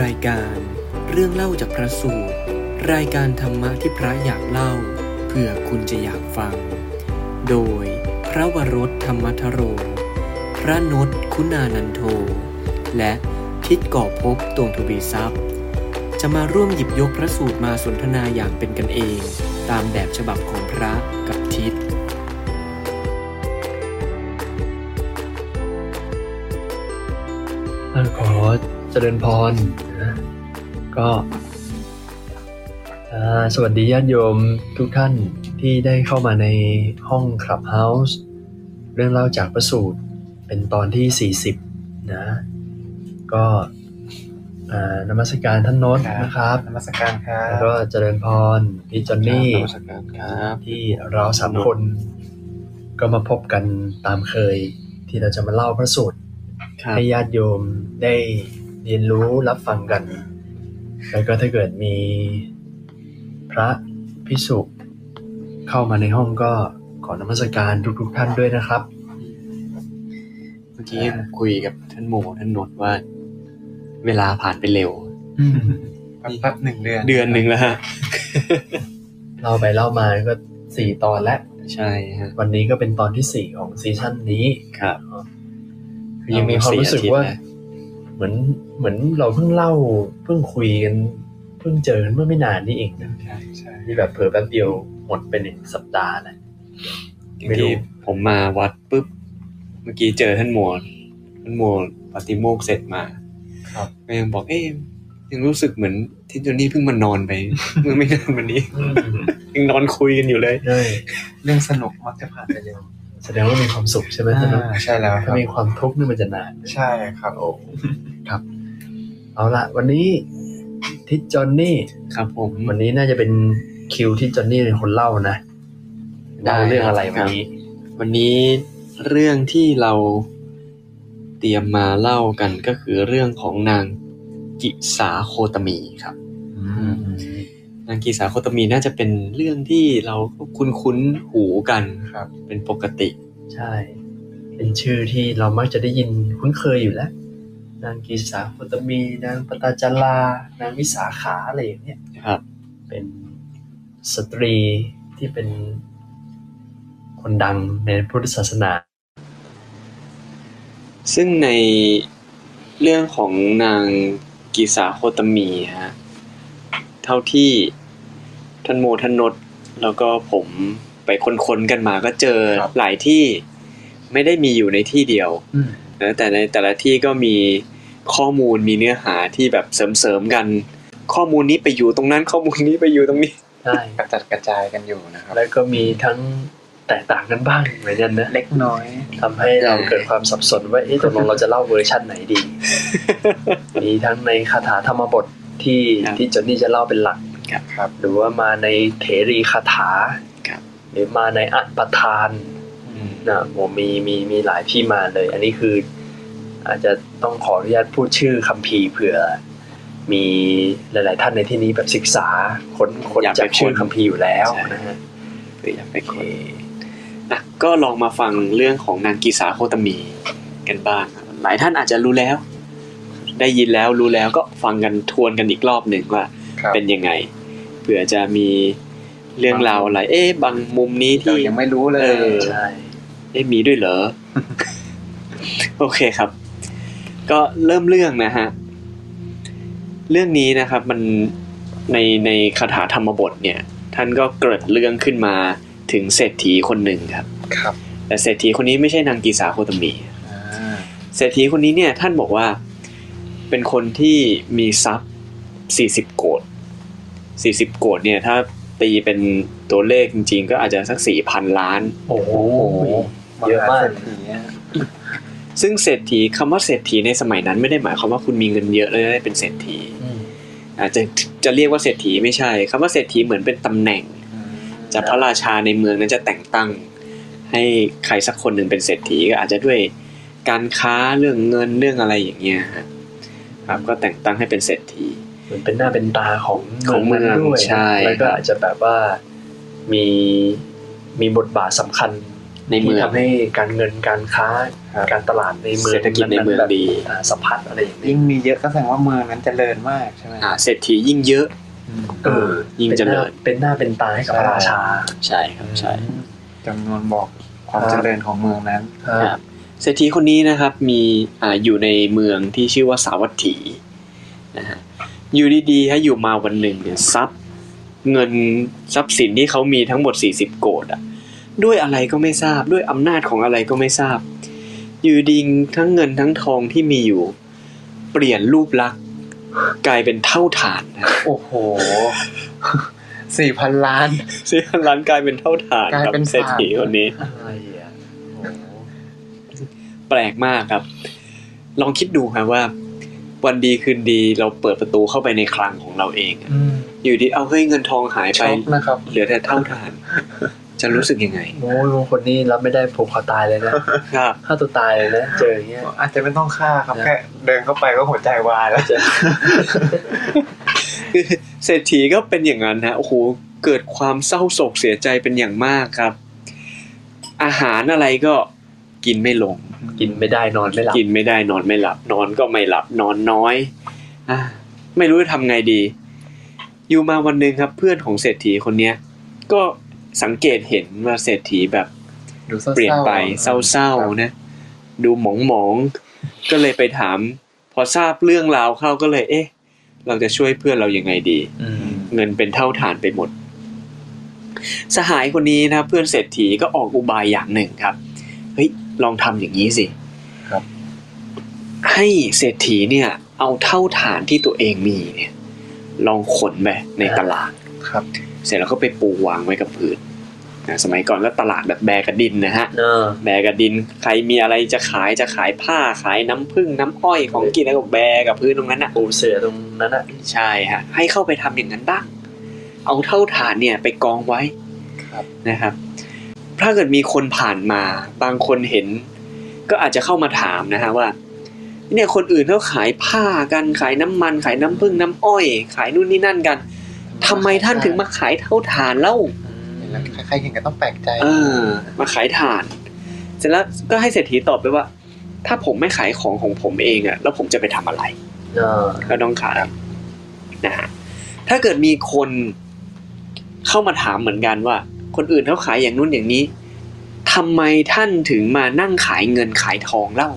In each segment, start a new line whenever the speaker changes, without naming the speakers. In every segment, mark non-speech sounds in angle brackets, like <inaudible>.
รายการเรื่องเล่าจากพระสูตร รายการธรรมะที่พระอยากเล่าเผื่อคุณจะอยากฟัง โดยพระวรถธรรมทโร พระนศคุณานันโท และทิดก่อภพบตวงทวีทรัพย์ จะมาร่วมหยิบยกพระสูตรมาสนทนาอย่างเป็นกันเอง ตามแบบฉบับของพระกับทิศ
ท่านขอเจริญพรนะก็อ่าสวัสดีญาติโยมทุกท่านที่ได้เข้ามาในห้อง Clubhouse เรื่องเล่าจากประสูตรเป็นตอนที่ 40 นะ ก็อ่านมัสการท่านโน้ตนะครับ
นมัสการครับ
แล้วก็เจริญพรพี่จอนนี่
นมัสการครับ
ที่เราสามคนก็มาพบกันตามเคย ที่เราจะมาเล่าพระสูตร
ครับ
ให้ญาติโยมได้เรียนรู้รับฟังกัน แล้วก็ถ้าเกิดมีพระพิสุเข้ามาในห้องก็ขอนมัสการทุกๆท่านด้วยนะครับ
เมื่อกี้คุยกับท่านโมท่านนนท์ว่า เวลาผ่านไปเร็ว
แป๊บๆหนึ่งเดือน
เดือนหนึ่งแล้วฮะ
เล่าไปเล่ามาก็สี่ตอนแล้ว
ใช่ฮะ
วันนี้ก็เป็นตอนที่สี่ของซีซั่นนี้
ครับ
คือยังมีความรู้สึกว่า เหมือนเหมือนเราเพิ่งเล่าเพิ่งคุยกัน เพิ่งเจอกันเมื่อไม่นานนี่เองนะ
ใช่ใช่
ที่แบบเผลอแป๊บเดียวหมดเป็นหนึ่งสัปดาห์แล้ว
ไม่รู้ผมมาวัดปุ๊บ เมื่อกี้เจอท่านโมท่านโมปฏิโมกข์เสร็จมา
ครับ
ก็ยังบอกเอ๊ะยังรู้สึกเหมือนที่จนนี่เพิ่งมานอนไป <laughs> เมื่อไม่นานวันนี้ ยังนอนคุยกันอยู่เลย
<laughs> ใช่
เรื่องสนุกมักจะผ่านไปเร็ว
แสดงว่ามีความสุขใช่ไหม
อ่
ท่านเนอะ
าใช่แล้วค
ถ้า
รับ
มีความทุกข์นี่มันจะนาน
ใช่ครับโอ้
ครับ เอาละวันนี้ทิศจอนนี่
ครับผม
วันนี้น่าจะเป็นคิวที่จอนนี่เป็นคนเล่านะเล่าเรื่องอะไรวันนี้
วันนี้เรื่องที่เราเตรียมมาเล่ากันก็คือเรื่องของนางกิสาโคตมีครับ
อืม
นางกีสาโคตมีน่าจะเป็นเรื่องที่เราคุ้นคุ้นๆหูกัน
ครับ
เป็นปกติ
ใช่ เป็นชื่อที่เรามักจะได้ยินคุ้นเคยอยู่แล้ว นางกีสาโคตมี นางปตาจารา นางวิสาขาอะไรอย่างเนี้ย
ครับ
เป็นสตรีที่เป็นคนดังในพุทธศาสนา
ซึ่งในเรื่องของนางกีสาโคตมีฮะเท่าที่ท่านโมท่านนดแล้วก็ผมไปค้นๆกันมาก็เจอ
ครับ
หลายที่ไม่ได้มีอยู่ในที่เดียว
อืม
นะแต่ในแต่ละที่ก็มีข้อมูลมีเนื้อหาที่แบบเสริมๆกัน ข้อมูลนี้ไปอยู่ตรงนั้นข้อมูลนี้ไปอยู่ตรงนี้
ใช่
กระจัดกระจายกันอยู่นะครับ
แล้วก็มีทั้งแตกต่างกันบ้างเหมือนกันนะ
เล็กน้อย
ทำให้เราเกิดความสับสนว่าเอ๊ะตกลงเราจะเล่าเวอร์ชั่นไหนดี มีทั้งในคาถาธรรมบทที่
ครับ
ที่จนนี่จะเล่าเป็นหลัก
ครับ
หรือว่ามาในเถรีคาถา
ครับ
หรือมาในอัฏปทานนะโมมีมีมีหลายที่มาเลย อันนี้คือ อาจจะต้องขออนุญาตพูดชื่อคัมภีร์เผื่อ มีหลาย ๆ ท่านในที่นี้แบบศึกษาค้นค้น
อยากไป
จากชื่อ
ค้น
คัมภีร์อยู่แล้ว
ใช่
นะฮะ
หรืออยากไปคนนะก็ลองมาฟังเรื่องของนางกีสาโคตมีกันบ้างครับหลายท่านอาจจะรู้แล้ว ได้ยินแล้วรู้แล้วก็ฟังกันทวนกันอีกรอบหนึ่งว่า
ครับ
เป็นยังไงเผื่อจะมีเรื่องราวอะไร เอ๊ะบางมุมนี้
เรา
ที่
ยังไม่รู้เล
เอย อ
ใช่
เอ๊ะมีด้วยเหรอ
<laughs>
โอเคครับ ก็เริ่มเรื่องนะฮะ เรื่องนี้นะครับมันในในคาถาธรรมบทเนี่ย ท่านก็เกริดเรื่องขึ้นมาถึงเศรษฐีคนหนึ่งครับ
ครับ
แต่เศรษฐีคนนี้ไม่ใช่นางกีสาโคตมี
อ่า
เศรษฐีคนนี้เนี่ยท่านบอกว่าเป็นคนที่มีทรัพย์ 40 โกด40 โกดเนี่ยถ้าตีเป็นตัวเลขจริงๆ ก็อาจจะสัก 4,000 ล้าน
โอ้โห
เย
เย
อะมาม
อะาก ก
เศรษฐีอะ
ซึ่งเศรษฐีคำว่าเศรษฐีในสมัยนั้นไม่ได้หมายความว่าคุณมีเงินเยอะแล้วได้เป็นเศรษฐี อาจจะจะเรียกว่าเศรษฐีไม่ใช่คำว่าเศรษฐีเหมือนเป็นตำแหน่ง จากพระราชาในเมืองนั้นจะแต่งตั้ง ให้ใครสักคนหนึ่งเป็นเศรษฐีก็อาจจะด้วยการค้าเรื่องเงินเรื่องอะไรอย่างเงี้ยฮะครับก็แต่งตั้งให้เป็นเศรษฐี
เหมือนเป็นหน้าเป็นตาของ
ของเมือง
นั้นด้วย
ใช่
แล้วก็อาจจะแบบว่ามีมีบทบาทสำคัญ
ในเมื
ที่
อง
ทำให้การเงินการค้า
ครับ
การตลาดในเมือง
เศรษฐกิจในเมืองดี
อ่าสัมพัทธ์อะไรอย่างนี้
ยิ่งมีเยอะก็แสดงว่าเมืองนั้นเจริญมากใช่ไหม
อ่าเศรษฐียิ่งเยอะ
อืม
เออ
ยิ่งเจริญ
เป็นหน้าเป็นตาให้กับพระราชา
ใช่ครับใช่
จำนวนบอกความ
ครับ
เจริญของเมืองนั้น
ครับ เศรษฐีคนนี้นะครับมีอ่าอยู่ในเมืองที่ชื่อว่าสาวัตถีนะฮะอยู่ดีๆฮะอยู่มาวันหนึ่งเนี่ยทรัพย์เงินทรัพย์สินที่เขามีทั้งหมด 40 โกดอะด้วยอะไรก็ไม่ทราบด้วยอำนาจของอะไรก็ไม่ทราบ อยู่ดีทั้งเงินทั้งทองที่มีอยู่ เปลี่ยนรูปลักษณ์กลายเป็นเท่าฐานนะ <laughs>
โอ้โห สี่พันล้าน
ซึ่งร้านกลายเป็นเท่าฐานค
กลา
รับ
ยเป็นฐาน
เศรษฐีคนนี้
อะไรอ่ะ
โอ้โห
แปลกมากครับ ลองคิดดูครับว่า วันดีคืนดีเราเปิดประตูเข้าไปในคลังของเราเองอะอยู่ดีเอาเฮ้ยเงินทองหายไป
ช็อกนะครับ
เหลือแต่เท่า
<laughs>
ฐาน จะรู้สึกยังไง
โอ้ยบางคนนี่รับไม่ได้ผูกคอตายเลย
<laughs>
นะครับ ฆ่าตัวตายเลยนะเจออย่างเงี้ย
อาจจะไม่ต้องฆ่าครับ
นะ
แค่เดินเข้าไปก็หัวใจวายแล้ว
คือเศรษฐีก็เป็นอย่างนั้นฮะโอ้โหเกิดความเศร้าโศกเสียใจเป็นอย่างมากครับ อาหารอะไรก็กินไม่ลง
กินไม่ได้นอนไม่หลับ
กินไม่ได้นอนไม่หลับ นอนก็ไม่หลับนอนน้อยอาไม่รู้จะทำไงดี อยู่มาวันหนึ่งครับ เพื่อนของเศรษฐีคนเนี้ยก็สังเกตเห็นว่าเศรษฐีแบบ
ดูศร้าๆ
เปลี่ยนไปเ
อ่ะ
ศร้าๆนะ ดูหมองๆก็เลยไปถาม พอทราบเรื่องราวเข้าก็เลย เอ๊ะ เราจะช่วยเพื่อนเรายังไงดี
อืม
เงินเป็นเท่าฐานไปหมด สหายคนนี้นะครับเพื่อนเศรษฐีก็ออกอุบายอย่างหนึ่งครับ เฮ้ย ลองทำอย่างนี้สิ
ครับ
ให้เศรษฐีเนี่ย เอาเท่าฐานที่ตัวเองมีเนี่ย ลองขนไปในตลาด
ครับ
เสร็จแล้วก็ไปปูวางไว้กับพื้นนะสมัยก่อนก็ตลาดแบบแบกกระดินนะฮะ
เออ
แบกกับดินใครมีอะไรจะขายจะขายผ้าขายน้ำผึ้งน้ำอ้อยของกินแล้วก็แบกกับพื้นตรงนั้นน่ะ
ปูเสือตรงนั้นอ่ะ
ใช่ฮะให้เข้าไปทำอย่างนั้นบ้าง เอาเท่าฐานเนี่ยไปกองไว้
ครับ
นะครับ ถ้าเกิดมีคนผ่านมาบางคนเห็น ก็อาจจะเข้ามาถามนะฮะว่า เนี่ยคนอื่นเขาขายผ้ากันขายน้ำมัน ขายน้ำผึ้งน้ำอ้อย ขายนู่นนี่นั่นกันทำไมท่านถึงมาขายเท่าฐานเล่า
เห็นแล้วใครๆเห็นก็ต้องแปลกใจ
เออมาขายถ่าน เสร็จแล้วก็ให้เศรษฐีตอบไปว่า ถ้าผมไม่ขายของของผมเองอะแล้วผมจะไปทำอะไร
เออ
ก็ต้องขายนะฮะถ้าเกิดมีคนเข้ามาถามเหมือนกันว่า คนอื่นเขาขายอย่างนู้นอย่างนี้ทำไมท่านถึงมานั่งขายเงินขายทองเล่า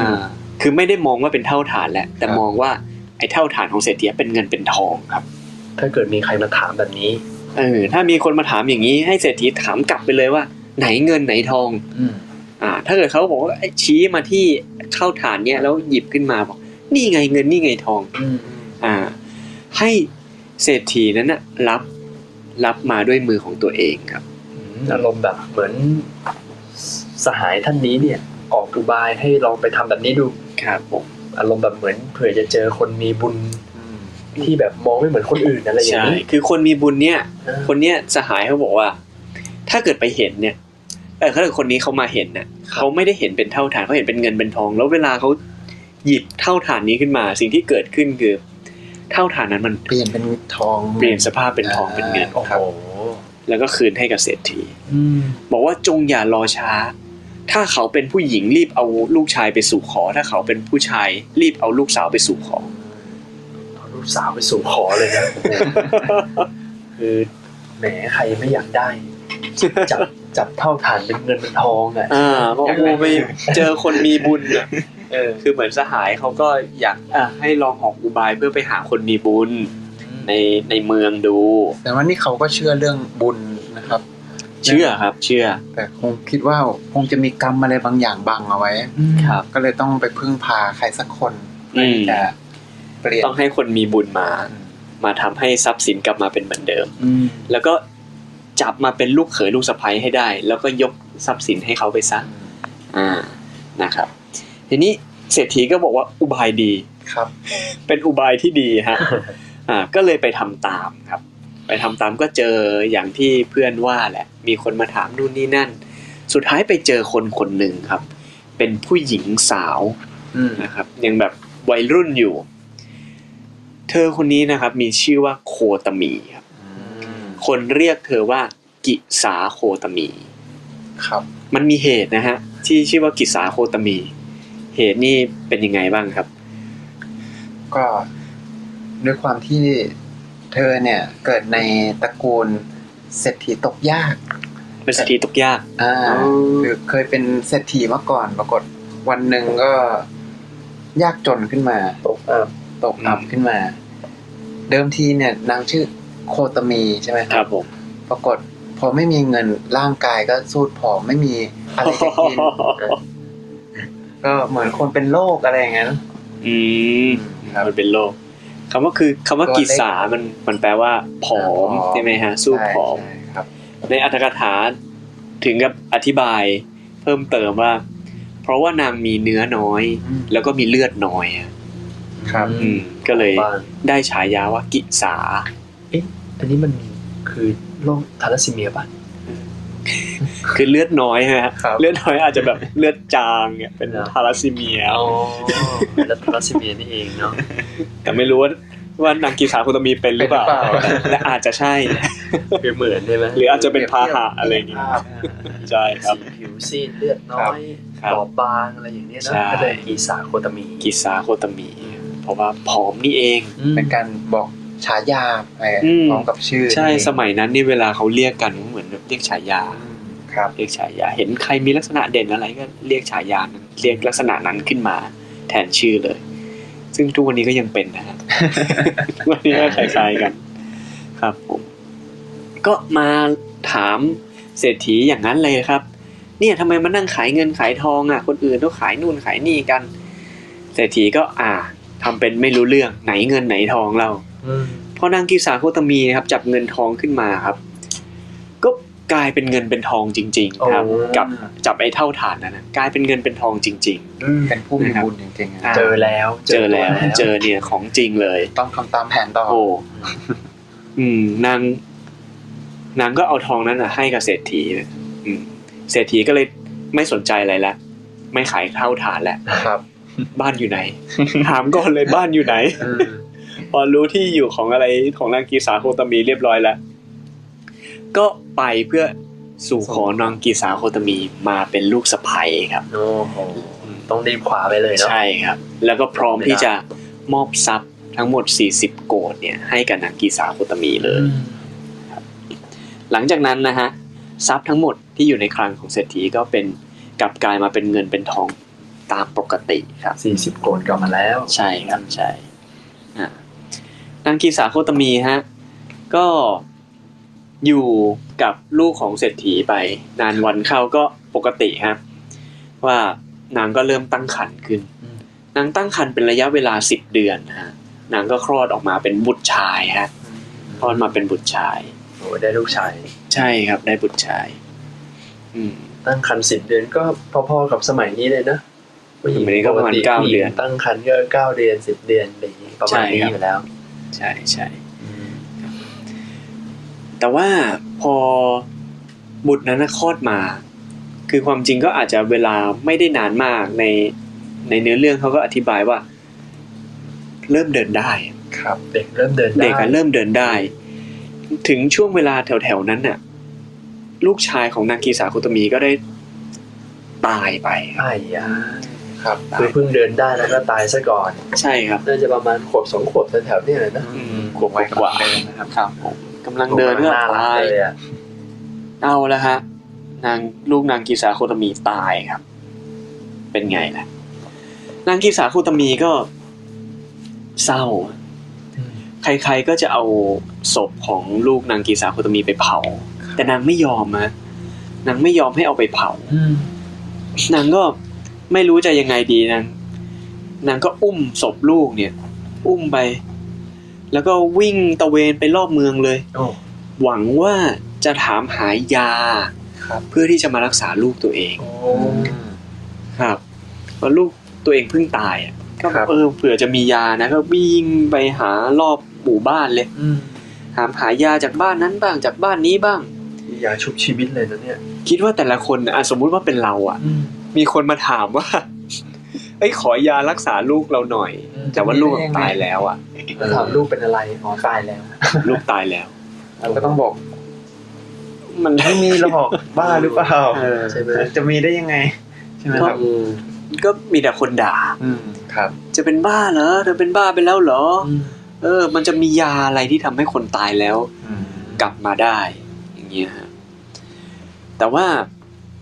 อ่า
คือไม่ได้มองว่าเป็นเท่าฐานแหละ แต่
ครับ
มองว่าไอ้เท่าฐานของเศรษฐีเป็นเงินเป็นทองครับ
ถ้าเกิดมีใครมาถามแบบนี้
เออ ถ้ามีคนมาถามอย่างนี้ ให้เศรษฐีถามกลับไปเลยว่า ไหนเงินไหนทอง
อืม
อ่าถ้าเกิดเขาบอกว่าไอ้ชี้มาที่เข้าฐานเนี่ยแล้วหยิบขึ้นมาบอกนี่ไงเงินนี่ไงทอง
อืม
อ่า ให้เศรษฐีนั้นนะรับรับมาด้วยมือของตัวเองครับ
อารมณ์แบบเหมือนสหายท่านนี้เนี่ย ออกอุบายให้ลองไปทำแบบนี้ดู
ครับผม
อารมณ์แบบเหมือนเผื่อจะเจอคนมีบุญ
อืม
ที่แบบมองไม่เหมือนคนอื่นอะไรอย่า
ใช่
งนี้
คือคนมีบุญเนี่ย
เออ
คนเนี้ยสหายเขาบอกว่า ถ้าเกิดไปเห็นเนี่ยเออถ้าเกิดคนนี้เขามาเห็นน่ะเขาไม่ได้เห็นเป็นเท่าฐานเขาเห็นเป็นเงินเป็นทอง แล้วเวลาเขาหยิบเท่าฐานนี้ขึ้นมา สิ่งที่เกิดขึ้นคือ เท่าฐานนั้นมัน
เปลี่ยนเป็นทอง
เปลี่ยนสภาพเป็นทองเป็นเงิน
โอ้
ครับ
โห
แล้วก็คืนให้กับเศรษฐี
อืม
บอกว่าจงอย่ารอช้า ถ้าเขาเป็นผู้หญิงรีบเอาลูกชายไปสู่ขอ ถ้าเขาเป็นผู้ชายรีบเอาลูกสาวไปสู่ขอ
เอาลูกสาวไปสู่ขอเลย
<laughs>
นะโอ้โหคือแหมใครไม่อยากได้ จับจับเท่าฐานเป็นเงินเป็นทองอ่ะ
อ่าบอกโอ้ไปเจอคนมีบุญอะ
เออ
คือเหมือนสหายเขาก็อยากอ่ะให้ลองออกอุบายเพื่อไปหาคนมีบุญในในเมืองดู
แต่ว่านี่เขาก็เชื่อเรื่องบุญนะครับ
เชื่อครับ เชื่อ
แต่คงคิดว่าคงจะมีกรรมอะไรบางอย่างบังเอาไว้
ครับ
ก็เลยต้องไปพึ่งพาใครสักคนเพื่อที่จะเปลี่ยน
ต้องให้คนมีบุญมา มาทำให้ทรัพย์สินกลับมาเป็นเหมือนเดิม
อืม
แล้วก็จับมาเป็นลูกเขยลูกสะใภ้ให้ได้ แล้วก็ยกทรัพย์สินให้เขาไปซะ อ่า นะครับ ทีนี้เศรษฐีก็บอกว่าอุบายดี
ครับ
เป็นอุบายที่ดีฮะ อ่า ก็เลยไปทำตามครับ ไปทำตามก็เจออย่างที่เพื่อนว่าแหละ มีคนมาถามนู่นนี่นั่น สุดท้ายไปเจอคนคนหนึ่งครับ เป็นผู้หญิงสาว
อืม
นะครับ ยังแบบวัยรุ่นอยู่ เธอคนนี้นะครับ มีชื่อว่าโคตมีครับ คนเรียกเธอว่ากิสาโคตมี
ครับ
มันมีเหตุนะฮะ ที่ชื่อว่ากิสาโคตมี เหตุนี่เป็นยังไงบ้างครับ
ก็ด้วยความที่เธอเนี่ยเกิดในตระกูลเศรษฐีตกยาก
เป็นสตรีตกยาก
อ่า
อ๋อ
คือเคยเป็นเศรษฐีมาก่อน ปรากฏวันหนึ่งก็ยากจนขึ้นมา
ตกอับ
ตกอับขึ้นมา เดิมทีเนี่ยนางชื่อโคตมีใช่ไหม
ครับ
<laughs>
ผม
ปรากฏพอไม่มีเงินร่างกายก็สูดผอมไม่มีอะไรจะกิ
<laughs>
นก็เหมือนคนเป็นโรคอะไรอย่างนั้น
อืม
ครับ
มันเป็นโรคคำว่าคือคำว่า
ตัวเล็ก
กิสามันมันแปลว่าผอ
ผ
ม
อม
ใช่ไหมฮะ สู้ผอม
ใช่ครับ
ในอัตถกถาถึงกับอธิบายเพิ่มเติมว่า เพราะว่านางมีเนื้อน้อย
อืม
แล้วก็มีเลือดน้อยอะ
ครับ
อืม ก็เลย
บ้าน
ได้ฉายาว่ากิสา
อันนี้มันคือโรคทาลัสซีเมียป่ะ
คือเลือดน้อยฮะ
ครับ
เลือดน้อยอาจจะแบบ <laughs> เลือดจางเนี่ยเป็น
ครับ
ทาลัสซีเมีย
แล้วทาลัสซีเมียนี่เองเนาะ
แต่ไม่รู้ว่าว่านางกีสาคุณตมีเป็นหรือเปล่า
เป็นหรือเปล่า
และอาจจะใช่
<laughs>
คือเหมือนใช่ไหม
หรืออาจจะเป็นพาหะอะไรอย่างงี้
ครับ
ใช่ครับ
สีผิวซีดเลือดน้อย
ครับ
บอบบางอะไรอย่างเนี้ยเนอะ
ใช่
ก็เลยกีสาโคตามี
กีสาโคตมี เพราะว่าผอมนี่เอง
อืม
เป็นการบอกฉายาไป
อืม
พร้อมกับชื่อ
ใช่สมัยนั้นนี่เวลาเขาเรียกกันก็เหมือนแบบเรียกฉายา
ครับ
เรียกฉายา เห็นใครมีลักษณะเด่นอะไรก็เรียกฉายานั้นเรียกลักษณะนั้นขึ้นมา แทนชื่อเลย ซึ่งทุกวันนี้ก็ยังเป็นนะฮะ วันนี้ก็คล้ายๆกัน ครับผม ก็มาถามเศรษฐีอย่างนั้นเลยครับ เนี่ยทำไมมานั่งขายเงินขายทองอ่ะ คนอื่นเขาขายนู่นขายนี่กัน เศรษฐีก็อ่าทำเป็นไม่รู้เรื่องไหนเงินไหนทองเรา พอนางกีสาโคตมีนะครับจับเงินทองขึ้นมาครับ ก็กลายเป็นเงินเป็นทองจริง ๆ ครับ
โอ้
กับจับไอ้เท่าฐานนั้นนะกลายเป็นเงินเป็นทองจริง
อืม
เป็นผู้มีบุญจริงๆ
อ่า
นะ
เจอแล้ว
ๆ เจอแล้วเจอเนี่ยของจริงเลย
ต้องทำตามแผนต่อ
โอ้อืม นาง นางก็เอาทองนั้นอ่ะ ให้กับเศรษฐีเลยอืม เศรษฐีก็เลยไม่สนใจอะไรละไม่ขายเท่าฐานแล้ว
ครับ
บ้านอยู่ไหน ถามก่อนเลยบ้านอยู่ไหน
อืม
พอรู้ที่อยู่ของอะไรของนางกีสาโคตมีเรียบร้อยแล้ว ก็ไปเพื่อสู่ขอนางกีสาโคตมีมาเป็นลูกสะใภ้ครับ
โอ้โหต้องรีบขวาไปเลยเนาะ
ใช่ครับ แล้วก็พร้อมที่จะมอบทรัพย์ทั้งหมด 40 โกดเนี่ยให้กับนางกีสาโคตมีเลย หลังจากนั้นนะฮะทรัพย์ทั้งหมดที่อยู่ในคลังของเศรษฐีก็เป็นกลับกลายมาเป็นเงินเป็นทองตามปกติครับ
สี่สิบโกนกลับมาแล้ว
ใช่ครับใช่อ่ะนางกีสาโคตมีฮะ ก็อยู่กับลูกของเศรษฐีไป นานวันเข้าก็ปกติครับ ว่านางก็เริ่มตั้งครรภ์ขึ้น
อืม
นางตั้งครรภ์เป็นระยะเวลาสิบเดือนฮะนางก็คลอดออกมาเป็นบุตรชายฮะคลอดมาเป็นบุตรชาย
โอ้ได้ลูกชาย
ใช่ครับ ได้บุตรชาย อืม
ตั้งครรภ์สิบเดือนก็พอๆกับสมัยนี้เลยนะผู้หญิง
สมัยนี้ก็ประมาณ
ติ
เก้า
ผู้หญิง
เดือน
ตั้งครรภ์ก็เก้าเดือนสิบเดือนอะไรอย่างนี้ประมาณนี้
ใช่ครับ
อยู่แล้ว
ใช่ใช่ แต่ว่าพอบุตรนั้นน่ะคลอดมา คือความจริงก็อาจจะเวลาไม่ได้นานมากในในเนื้อเรื่องเขาก็อธิบายว่า เริ่มเดินได้
ครับ
เด็กเริ่มเดินได้
เด็กอะเริ่มเดินได้ ถึงช่วงเวลาแถวๆนั้นน่ะ ลูกชายของนางกีสาคุตมีก็ได้ตายไป
ไอ้ยา
ครับ
คือเพิ่งเดินได้แล้วก็ตายซะก่อน
ใช่ครับ
น่าจะประมาณขวบสองขวบแถวๆเนี้เลยนะ
อืม
กลัวไว้กว่าเดิมนะครับ
ครับผมกำลังเดินก็
น่ารัก
ตาย
เลยอ่ะ
เอาละฮะนางลูกนางกีสาคุตมีตายครับ เป็นไงล่ะ นางกีสาคุตมีก็เศร้า ใครๆ ก็จะเอาศพของลูกนางกีสาโคตมีไปเผา แต่นางไม่ยอมนะนางไม่ยอมให้เอาไปเผา
อืม
นางก็ไม่รู้จะยังไงดีนาง นางก็อุ้มศพลูกเนี่ย อุ้มไป แล้วก็วิ่งตะเวนไปรอบเมืองเลย
โอ้
หวังว่าจะถามหายา
ครับ
เพื่อที่จะมารักษาลูกตัวเอง
โอ้
อืม
ครับเพราะลูกตัวเองเพิ่งตายอะก็
ครับ
เออเผื่อจะมียานะก็วิ่งไปหารอบหมู่บ้านเลย
อืม
ถามหายาจากบ้านนั้นบ้างจากบ้านนี้บ้าง
อยากชุบชีวิตเลยนะเนี่ย
คิดว่าแต่ละคนน่ะอ่ะสมมุติว่าเป็นเราอ่ะ
อืม
มีคนมาถาม <laughs> ว่า เอ้ยขอยารักษาลูกเราหน่อย
อืม
แต่ว่าลูกตายแล้วอ่ะ
แล้วถามลูกเป็นอะไรอ๋อตายแล้ว
ลูกตายแล้ว
เราก็ต้องบอก
มัน
ไม่มีหรอก บ้าหรือเปล่า
เออ
ใช่ไหม
จะมีได้ยังไง ใช่ไหมครับ
อืม
ก็มีแต่คนด่า
อืมครับ
จะเป็นบ้าเหรอเธอเป็นบ้าไปแล้วเหรอ
อืม
เออ มันจะมียาอะไรที่ทำให้คนตายแล้ว
อืม
กลับมาได้ อย่างเงี้ยฮะแต่ว่า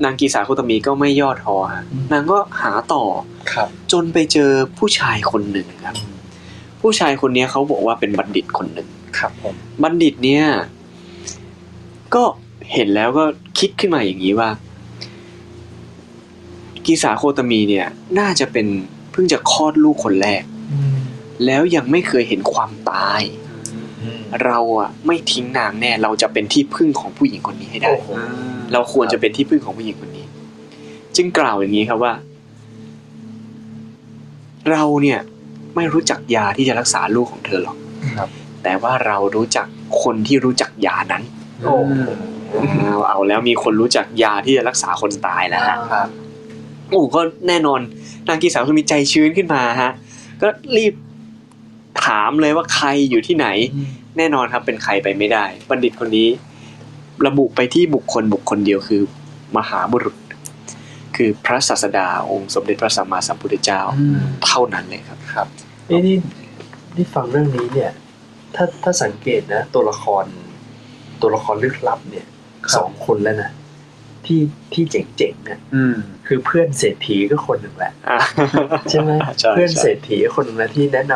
นางกีสาคุตมีก็ไม่ย่อท้อฮะนางก็หาต่อ
ครับ
จนไปเจอผู้ชายคนหนึ่งครับ ผู้ชายคนเนี้ยเขาบอกว่าเป็นบัณฑิตคนหนึ่ง
ครับผม
บัณฑิตเนี่ย ก็เห็นแล้วก็คิดขึ้นมาอย่างนี้ว่า กีสาโคตมีเนี่ย น่าจะเป็นเพิ่งจะคลอดลูกคนแรก แล้วยังไม่เคยเห็นความตาย เราอะไม่ทิ้งนางแน่ เราจะเป็นที่พึ่งของผู้หญิงคนนี้ให้ได้
โอ้โห
เราควรจะเป็นที่พึ่งของผู้หญิงคนนี้ จึงกล่าวอย่างนี้ครับว่า เราเนี่ยไม่รู้จักยาที่จะรักษาลูกของเธอหรอก
ครับ
แต่ว่าเรารู้จักคนที่รู้จักยานั้น
โอ้โห
เอาเอาแล้วมีคนรู้จักยาที่จะรักษาคนตายแล้วฮะ
ครับ
โอ้ก็แน่นอนนางกีสาวคือมีใจชื้นขึ้นมาฮะ ก็รีบถามเลยว่าใครอยู่ที่ไหน แน่นอนครับเป็นใครไปไม่ได้ บัณฑิตคนนี้ ระบุไปที่บุคคลบุคคลเดียวคือ มหาบุรุษ คือพระศาสดาองค์สมเด็จพระสัมมาสัมพุทธเจ้า
อืม
เท่านั้นเลยครับ
นี่นี่นี่ฟังเรื่องนี้เนี่ย ถ้าถ้าสังเกตนะ ตัวละคร ตัวละครลึกลับเนี่ย
ครับ
สองคนแล้วนะที่ที่เจ๋งๆเนี่ย
อืม
คือเพื่อนเศรษฐีก็คนหนึ่งแหละ
อ่า
ใช่ไหม
ใช่
เพื่อนเศรษฐีคนนั้นที่แนะน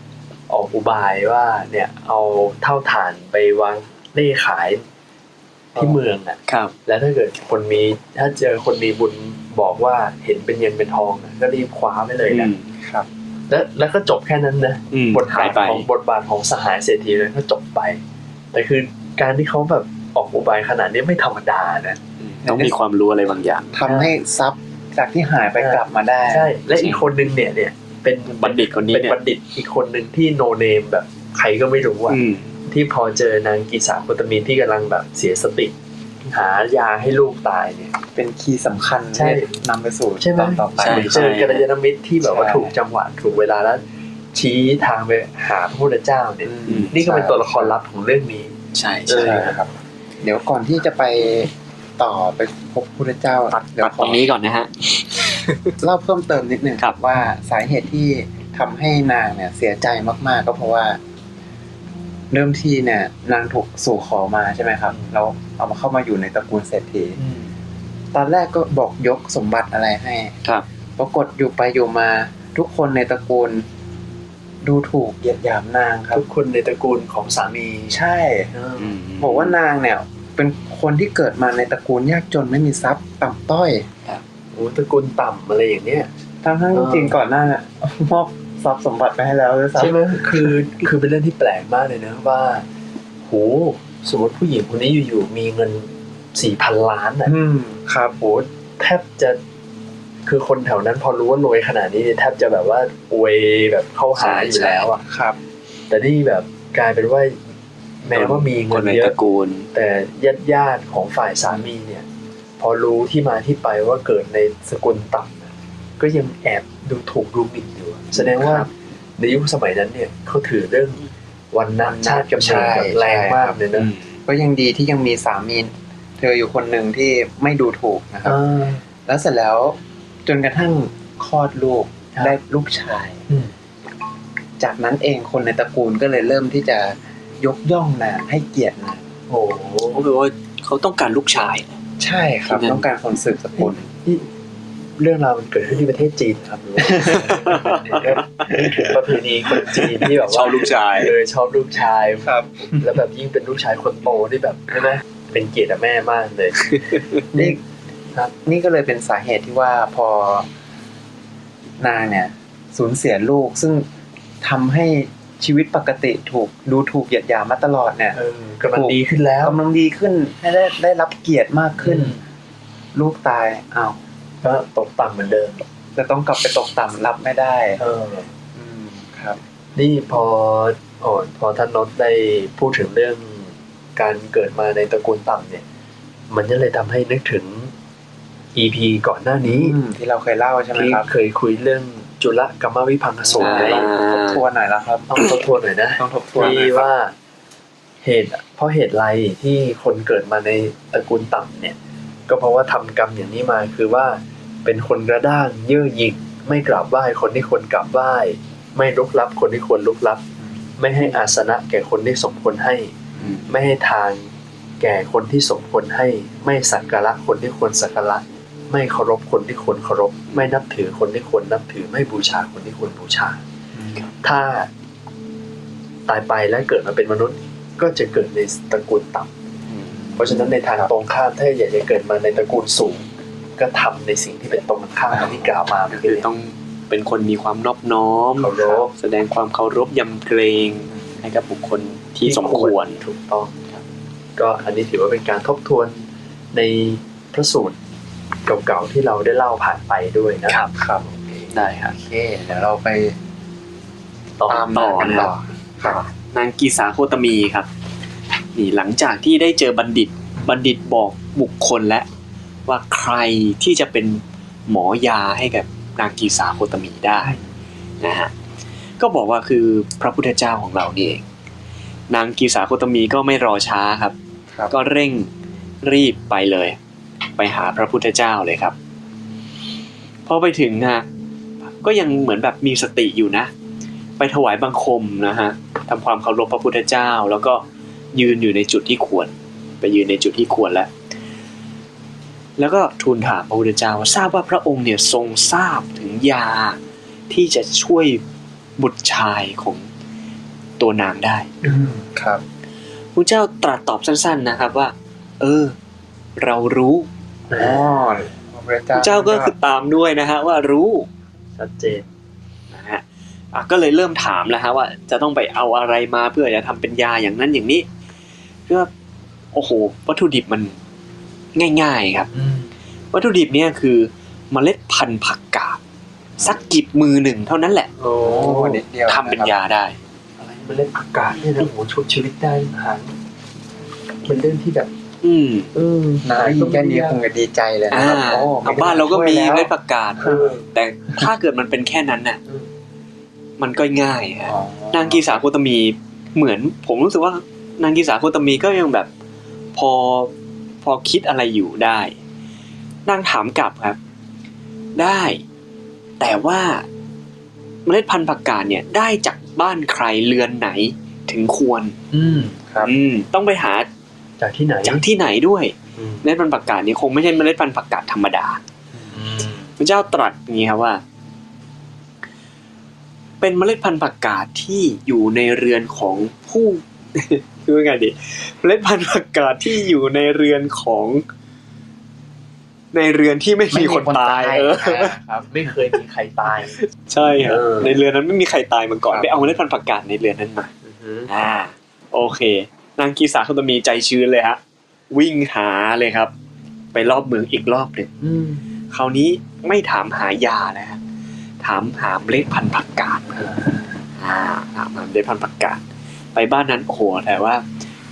ำออกอุบายว่าเนี่ยเอาเท่าฐานไปวางเล่ขายที่เมืองอ่ะ
ครับ
แล้วถ้าเกิดคนมีถ้าเจอคนมีบุญบอกว่าเห็นเป็นเงินเป็นทองอะก็รีบคว้าไปเลย
อื
นะ
ม
ครับ
แล้วแล้วก็จบแค่นั้นนะ
อืม
บท
หา
บาย ท
ไป
ของบทบาทของสหายเศรษฐีเลยก็จบไป แต่คือการที่เขาแบบออกอุบายขนาดนี้ไม่ธรรมดานะ
ต้องมีความรู้อะไรบางอย่าง
ทำให้ทรัพย์จากที่หายไป
ใช่
กลับมาได้
ใช่ และอีกคนนึงเนี่ยเนี่ยเป็น
บัณฑิตคนนี้
เป็น
เนี่ย
บัณฑิตอีกคนนึงที่โนเนมแบบใครก็ไม่รู้อะ
อืม
ที่พอเจอนางกีสาโคตามีนที่กำลังแบบเสียสติ หายาให้ลูกตายเนี่ย
เป็นคีย์สำคัญ
ใช่
ที่นำไปสู่
ใช่ไหม
ตอนต่อไป
ใช่
เจอกัลยาณมิตรที่แบบว่า
ใช่
ถูกจังหวะถูกเวลาแล้ว ชี้ทางไปหาพระพุทธเจ้าเนี่ย
อืม
นี่ก็เป็นตัวละครลับของเรื่องนี้
ใช่
เอ
ใช่
อ
ใช่ครับ เดี๋ยวก่อนที่จะไปต่อไปพบพุทธเจ้า
ตัด
เดี๋ย
ตัว ด
ข
ต
อ
รงนี้ก่อนนะฮะ
เล่าเพิ่มเติมนิดนึง
ครับ
ว่าสาเหตุที่ทำให้นางเนี่ย เสียใจมากๆ ก็เพราะว่า เริ่มทีเนี่ย นางถูกสู่ขอมาใช่ไหมครับแล้วเอามาเข้ามาอยู่ในตระกูลเศรษฐี ตอนแรกก็บอกยกสมบัติอะไรให้
ครับ
ปรากฏอยู่ไปอยู่มา ทุกคนในตระกูล ดูถูกเหยียดหยามนางครับ
ทุกคนในตระกูลของสามี
ใช่
เอออ
อืม
บอกว่านางเนี่ย เป็นคนที่เกิดมาในตระกูลยากจนไม่มีทรัพย์ต่ำต้อย
โอ้ตระกูลต่ำอะไรอย่างเนี้ย
ทั้งทั้ง
เออ
จริงก่อนหน้าน่ะ <laughs> มอบทรัพย์สมบัติไปให้แล้วด้วยซ้ำ
ใช่ไหมคือคือเป็นเรื่องที่แปลกมากเลยนะว่าโหสมมติผู้หญิงคนนี้อยู่ๆมีเงินสี่พันล้านอ่ะ
อืมครับ
โหแทบจะคือคนแถวนั้นพอรู้ว่ารวยขนาดนี้เนี่ยแทบจะแบบว่าอวยแบบเข้าหาอยู่แล้วอ่ะ
ครับ
แต่นี่แบบกลายเป็นว่าแม้ว่ามี
ค
เงิ
น
น
ใน
เย
ต
อะ
ระกูล
แต่ญาติญาติๆของฝ่ายสามีเนี่ย พอรู้ที่มาที่ไปว่าเกิดในสกุลต่ำอะก็ยังแอบดูถูกดูหมิ่นอยู่อะแสดงว่า
ครับ
ในยุคสมัยนั้นเนี่ยเขาถือเรื่องวันนั้นชาติกำ
ใช่
เนิดแบบแรงมากเลยนะ
ก็ยังดีที่ยังมีสามีเธออยู่คนหนึ่งที่ไม่ดูถูกนะครับ
อ่า
แล้วเสร็จแล้วจนกระทั่งคลอดลูก
ครับ
ได้ลูกชาย
อืม
จากนั้นเองคนในตระกูลก็เลยเริ่มที่จะยกย่องนางให้เกียรตินาง
โอ้โห
ก็คือว่าเขาต้องการลูกชาย
ใช่ครับ
จริงๆ
ต้องการคนสืบสกุล
นี่เรื่องราวมันเกิดขึ้นที่ประเทศจีนครับรู้ นี่คือประเพณีคนจีนที่แบบ
ช
ว่า
อบลูกชาย
เลยชอบลูกชาย
ครับ
แล้วแบบยิ่งเป็นลูกชายคนโตที่แบบใช่ไหมเป็นเกียรติกับแม่มากเลย
นี่
ครับ
นี่ก็เลยเป็นสาเหตุที่ว่าพอนางเนี่ย สูญเสียลูกซึ่งทำให้ชีวิตปกติถูกดูถูกเหยียดหยามมาตลอดเนี่ย
เออกำลังดีขึ้นแล้ว
กำลังดีขึ้นให้ได้ได้รับเกียรติมากขึ้น ลูกตายอ้าว
ก็ตกต่ำเหมือนเดิม
จะต้องกลับไปตกต่ำรับไม่ได้
เออ
อืมครับ
นี่พอโอ้พอท่านนท์ได้พูดถึงเรื่องการเกิดมาในตระกูลต่ำเนี่ย มันก็เลยทำให้นึกถึง EP ก่อนหน้านี้
ที่เราเคยเล่าใช่ไหม
ที่
ครับ
เคยคุยเรื่องจุลกรรมวิพังคสูตรไง
อ่า
ทบทวนหน่อยแล้วครับ
ต้องทบทวนหน่อยนะ
ต้องทบทวนหน่อ
ที่
ยครับ
ว่าเหตุเพราะเหตุไรที่คนเกิดมาในตระกูลต่ำเนี่ย ก็เพราะว่าทำกรรมอย่างนี้มาคือว่าเป็นคนกระด้างเย่อหยิ่งไม่กราบไหว้คนที่ควรกราบไหว้ ไม่ลุกลับคนที่ควรลุกลับ ไม่ให้อาสนะแก่คนที่สมควรให้
อืม
ไม่ให้ทางแก่คนที่สมควรให้ ไม่สักการะคนที่ควรสักการะ ไม่เคารพคนที่ควรเคารพ ไม่นับถือคนที่ควรนับถือ ไม่บูชาคนที่ควรบูชา ถ้าตายไปแล้วเกิดมาเป็นมนุษย์ ก็จะเกิดในตระกูลต่ำเพราะฉะนั้นในทางตรงข้ามถ้าอยากจะเกิดมาในตระกูลสูง ก็ทำในสิ่งที่เป็นตรงกันข้ามกับที่กล่าวมา
ก็
เมื่อ
คื
กี้
อ
เนี่ย
ต้องเป็นคนมีความนอบน้อม
เคารพ
แสดงความเคารพยำเกรงให้กับบุคคลที่สมควร
ถูกต้องครับก็อันนี้ถือว่าเป็นการทบทวนในพระสูตรเก่าๆที่เราได้เล่าผ่านไปด้วยนะครับ ครับ
ได้ครับ
โอเค เดี๋ยวเราไป
ต่อ
ตาม
ต่อ
หากัน
นะ
ต่
ครับ
อครับ
นางกีสาโคตมีครับ นี่หลังจากที่ได้เจอบัณฑิต บัณฑิตบอกบุคคลและ ว่าใครที่จะเป็นหมอยาให้กับนางกีสาโคตมีได้นะฮะก็บอกว่าคือพระพุทธเจ้าของเรานี่เอง นางกีสาโคตมีก็ไม่รอช้าครับ
ครับ
ก็เร่งรีบไปเลย ไปหาพระพุทธเจ้าเลยครับพอไปถึงนะฮะก็ยังเหมือนแบบมีสติอยู่นะ ไปถวายบังคมนะฮะทำความเคารพพระพุทธเจ้า แล้วก็ยืนอยู่ในจุดที่ควร ไปยืนในจุดที่ควรแล้ว แล้วก็ทูลถามพระพุทธเจ้าว่าทราบว่าพระองค์เนี่ยทรงทราบถึงยาที่จะช่วยบุตรชายของตัวนางได้
ครับ
พระเจ้าตรัสตอบสั้น ๆนะครับว่า เออ เรารู้
อ๋อพระ
พระ
เจ้า
เจ้าก็คือตามด้วยนะฮะว่ารู้
ชัดเจน
นะฮะอ่ะก็เลยเริ่มถามแล้วฮะว่าจะต้องไปเอาอะไรมาเพื่อจะทำเป็นยาอย่างนั้นอย่างนี้ก็โอ้โห วัตถุดิบมันง่ายๆครับ วัตถุดิบเนี่ยคือเมล็ดพันธุ์ผักกาดสักกิบมือหนึ่งเท่านั้นแหละ
โอ้
โอ้นิดเดียว
ทำเป็นยาได้
อะไรมันเล่นอากาศเนี่ยนะโอ้โหชุบชีวิตได้หางเป็นเรื่องที่แบบ
อืม
เออ
น้าได้ยินแค่นี้คงจะดีใจเลยนะ
อ่า
ครับโอ้
เอาบ้านเราก็มี
ช่วย
เม
แล้
ล็
ว
ดผักกาด
เออ
แต่ถ้าเกิดมันเป็นแค่นั้นน่ะ
เออ
มันก็ง่ายฮะ
อ๋อน
างกีสาโคตมีเหมือน ผมรู้สึกว่านางกีสาโคตมีก็ยังแบบ พอพอคิดอะไรอยู่ได้นางถามกลับครับ ได้ แต่ว่าเมล็ดพันธุ์ผักกาดเนี่ย ได้จากบ้านใครเรือนไหนถึงควร
อืม
ครับ
อืม ต้องไปหา
จากที่ไหน
จากที่ไหนด้วย
อืม
เมล็ดพันธุ์ผักกาดนี้คงไม่ใช่เมล็ดพันธุ์ผักกาดธรรมดา พระเจ้าตรัสอย่างนี้ครับว่า เป็นเมล็ดพันธุ์ผักกาดที่อยู่ในเรือนของผู้ <laughs> คือว่าไงดีเมล็ดพันธุ์ผักกาดที่อยู่ในเรือนของ ในเรือนที่ไม่มีคนตาย เออ
าครับ
ไม่เคยมีใครตาย
ใช่ครับ
เออ
ในเรือนนั้นไม่มีใครตายมาก่อ
ค
น
รับ
ไปเอาเมล็ดพันธุ์ผักกาดในเรือนนั้นมา
อือหือ
อ่า โอเค นางกีสาคุณตมีใจชื้นเลยฮะ วิ่งหาเลยครับ ไปรอบเมืองอีกรอบหนึ่ง
อืม
คราวนี้ไม่ถามหายาแล้วฮะถามหาเมล็ดพันธุ์ผักกาดอ่าถามหาเมล็ดพันธุ์ผักกาดไปบ้านนั้นโอ้โหแต่ว่า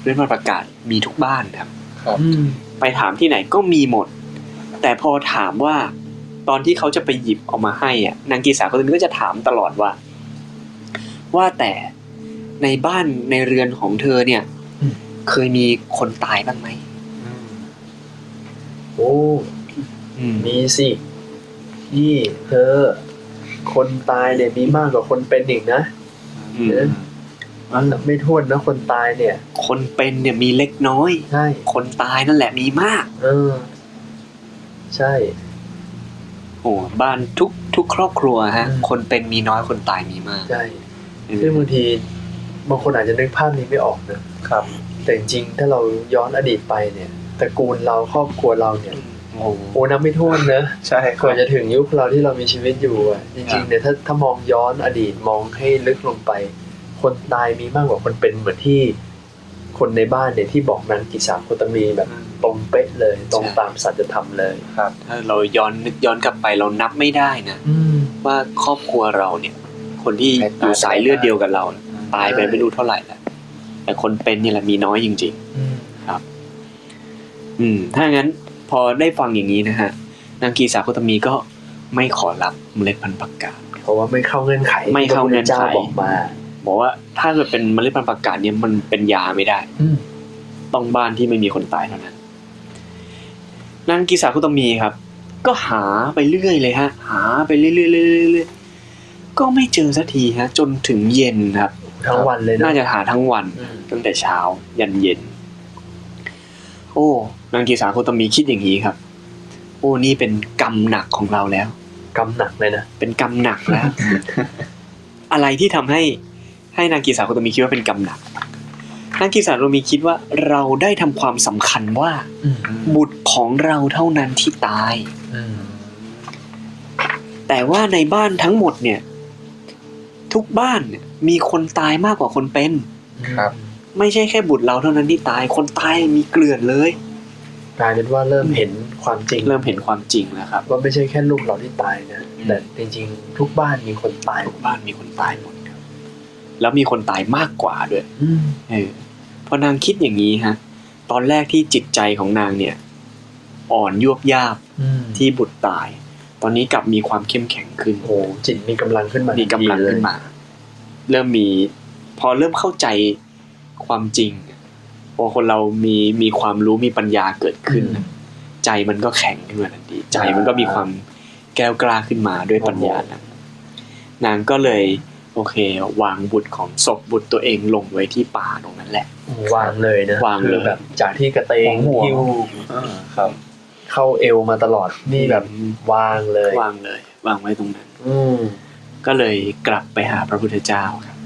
เมล็ดพันธุ์ผักกาดมีทุกบ้านครับ
อืม
ไปถามที่ไหนก็มีหมด แต่พอถามว่าตอนที่เขาจะไปหยิบเออกมาให้อ่ะนางกีสาคนนึงก็จะถามตลอดว่า ว่าแต่ในบ้านในเรือนของเธอเนี่ย เคยมีคนตายบ้างไหม
โอ้
อืม
มีสิ นี่เธอ คนตายเนี่ยมีมากกว่าคนเป็นอีกนะ
อืม
มันบไม่ท้วนนะคนตายเนี่ย
คนเป็นเนี่ยมีเล็กน้อย
ใช่
คนตายนั่นแหละมีมาก
เออ ใช่
โอ้บ้านทุกทุกครอบครัวฮะ
อืม
คนเป็นมีน้อยคนตายมีมาก
ใช่
อืม
ซึ่งบางทีบางคนอาจจะนึกภาพนี้ไม่ออกนะครับ แต่จริงๆถ้าเราย้อนอดีตไปเนี่ยตระกูลเราครอบครัวเราเนี่ย
โอ้โห
โอ้นับไม่ท้วนนะ
ใช่ค
ก
รับ
ว่าจะถึงยุคเราที่เรามีชีวิตอยู่อ่ะจริงๆเนี่ยถ้าถ้ามองย้อนอดีตมองให้ลึกลงไป คนตายมีมากกว่าคนเป็นเหมือนที่ คนในบ้านเนี่ยที่บอกนางกิสาคนตมีแบบตรงเป๊ะเลย ตรงตามสัจธรรมเลย
ครับ
ถ้าเราย้อนนึกย้อนกลับไปเรานับไม่ได้นะ
อืม
ว่าครอบครัวเราเนี่ย คนที่อยู่สายเลือดเดียวกับเรา ตายไปไม่รู้เท่าไหร่แล้วแต่คนเป็นนี่แหละมีน้อยจริง
อืม
ๆ อืม ถ้างั้นพอได้ฟังอย่างนี้นะฮะ นางกีสาโคตมีก็ไม่ขอรับเมล็ดพันธุ์ผักกาด
เพราะว่าไม่เข้าเงื่อนไข
ไม่เข้าเงื่อน
ที่
ไข
พระพุทธจ้าบอกมา
บอกว่าถ้าเกิดเป็นเมล็ดพันธุ์ผักกาดเนี่ยมันเป็นยาไม่ได้
อืม
ต้องบ้านที่ไม่มีคนตายเท่านั้น นางกีสาคุตมีครับ ก็หาไปเรื่อยเลยฮะ หาไปเรื่อยๆเรื่อยๆก็ไม่เจอสักทีฮะ จนถึงเย็นครับ
ทั้งวันเลยนะ
น่าจะหาทั้งวัน
อืม
ตั้งแต่เช้ายันเย็น โอ้นางกีสาโคตมีคิดอย่างนี้ครับ โอ้นี่เป็นกรรมหนักของเราแล้ว
กำหนักเลยนะ
เป็นกรรมหนักแล้ว อะไรที่ทำให้ให้นางกีสาโคตมีคิดว่าเป็นกรรมหนัก นางกีสาโคตมีคิดว่าเราได้ทำความสำคัญว่า บุตรของเราเท่านั้นที่ตาย
อืม
แต่ว่าในบ้านทั้งหมดเนี่ย ทุกบ้านเนี่ยมีคนตายมากกว่าคนเป็น
ครับ
ไม่ใช่แค่บุตรเราเท่านั้นที่ตาย คนตายมีเกลื่อนเลย
กลายเป็นว่าเริ่มเห็นความจริง
เริ่มเห็นความจริงแล้วครับ
ว่าไม่ใช่แค่ลูกเราที่ตายนะ แต่จริงๆ ทุกบ้านมีคนตาย
ทุกบ้านมีคนตายหมดครับ แล้วมีคนตายมากกว่าด้วย
อืม
เออพอนางคิดอย่างนี้ฮะ ตอนแรกที่จิตใจของนางเนี่ย อ่อนยวบยาบ
อืม
ที่บุตรตาย ตอนนี้กลับมีความเข้มแข็งขึ้น
โอ้โหจิตมีกำลังขึ้นมา
มี
มี
กำลังขึ้นมา เริ่มมี พอเริ่มเข้าใจความจริง พอคนเรามีมีความรู้มีปัญญาเกิดขึ้น ใจมันก็แข็งขึ้นมาทันทีใจมันก็มีความแก้วกล้าขึ้นมาด้วยปัญญานั้นนางก็เลย โอเค วางบุตรของศพบุตรตัวเองลงไว้ที่ป่าตรงนั้นแหละ
วางเลยนะ
วางเลย
คือแบบจากที่กระเตง
หัว
หิ้ว
อ่าครับ
เข้าเอวมาตลอดนี่แบบวางเลย
วางเลย วางไว้ตรงนั้น
อืม
ก็เลยกลับไปหาพระพุทธเจ้าครับ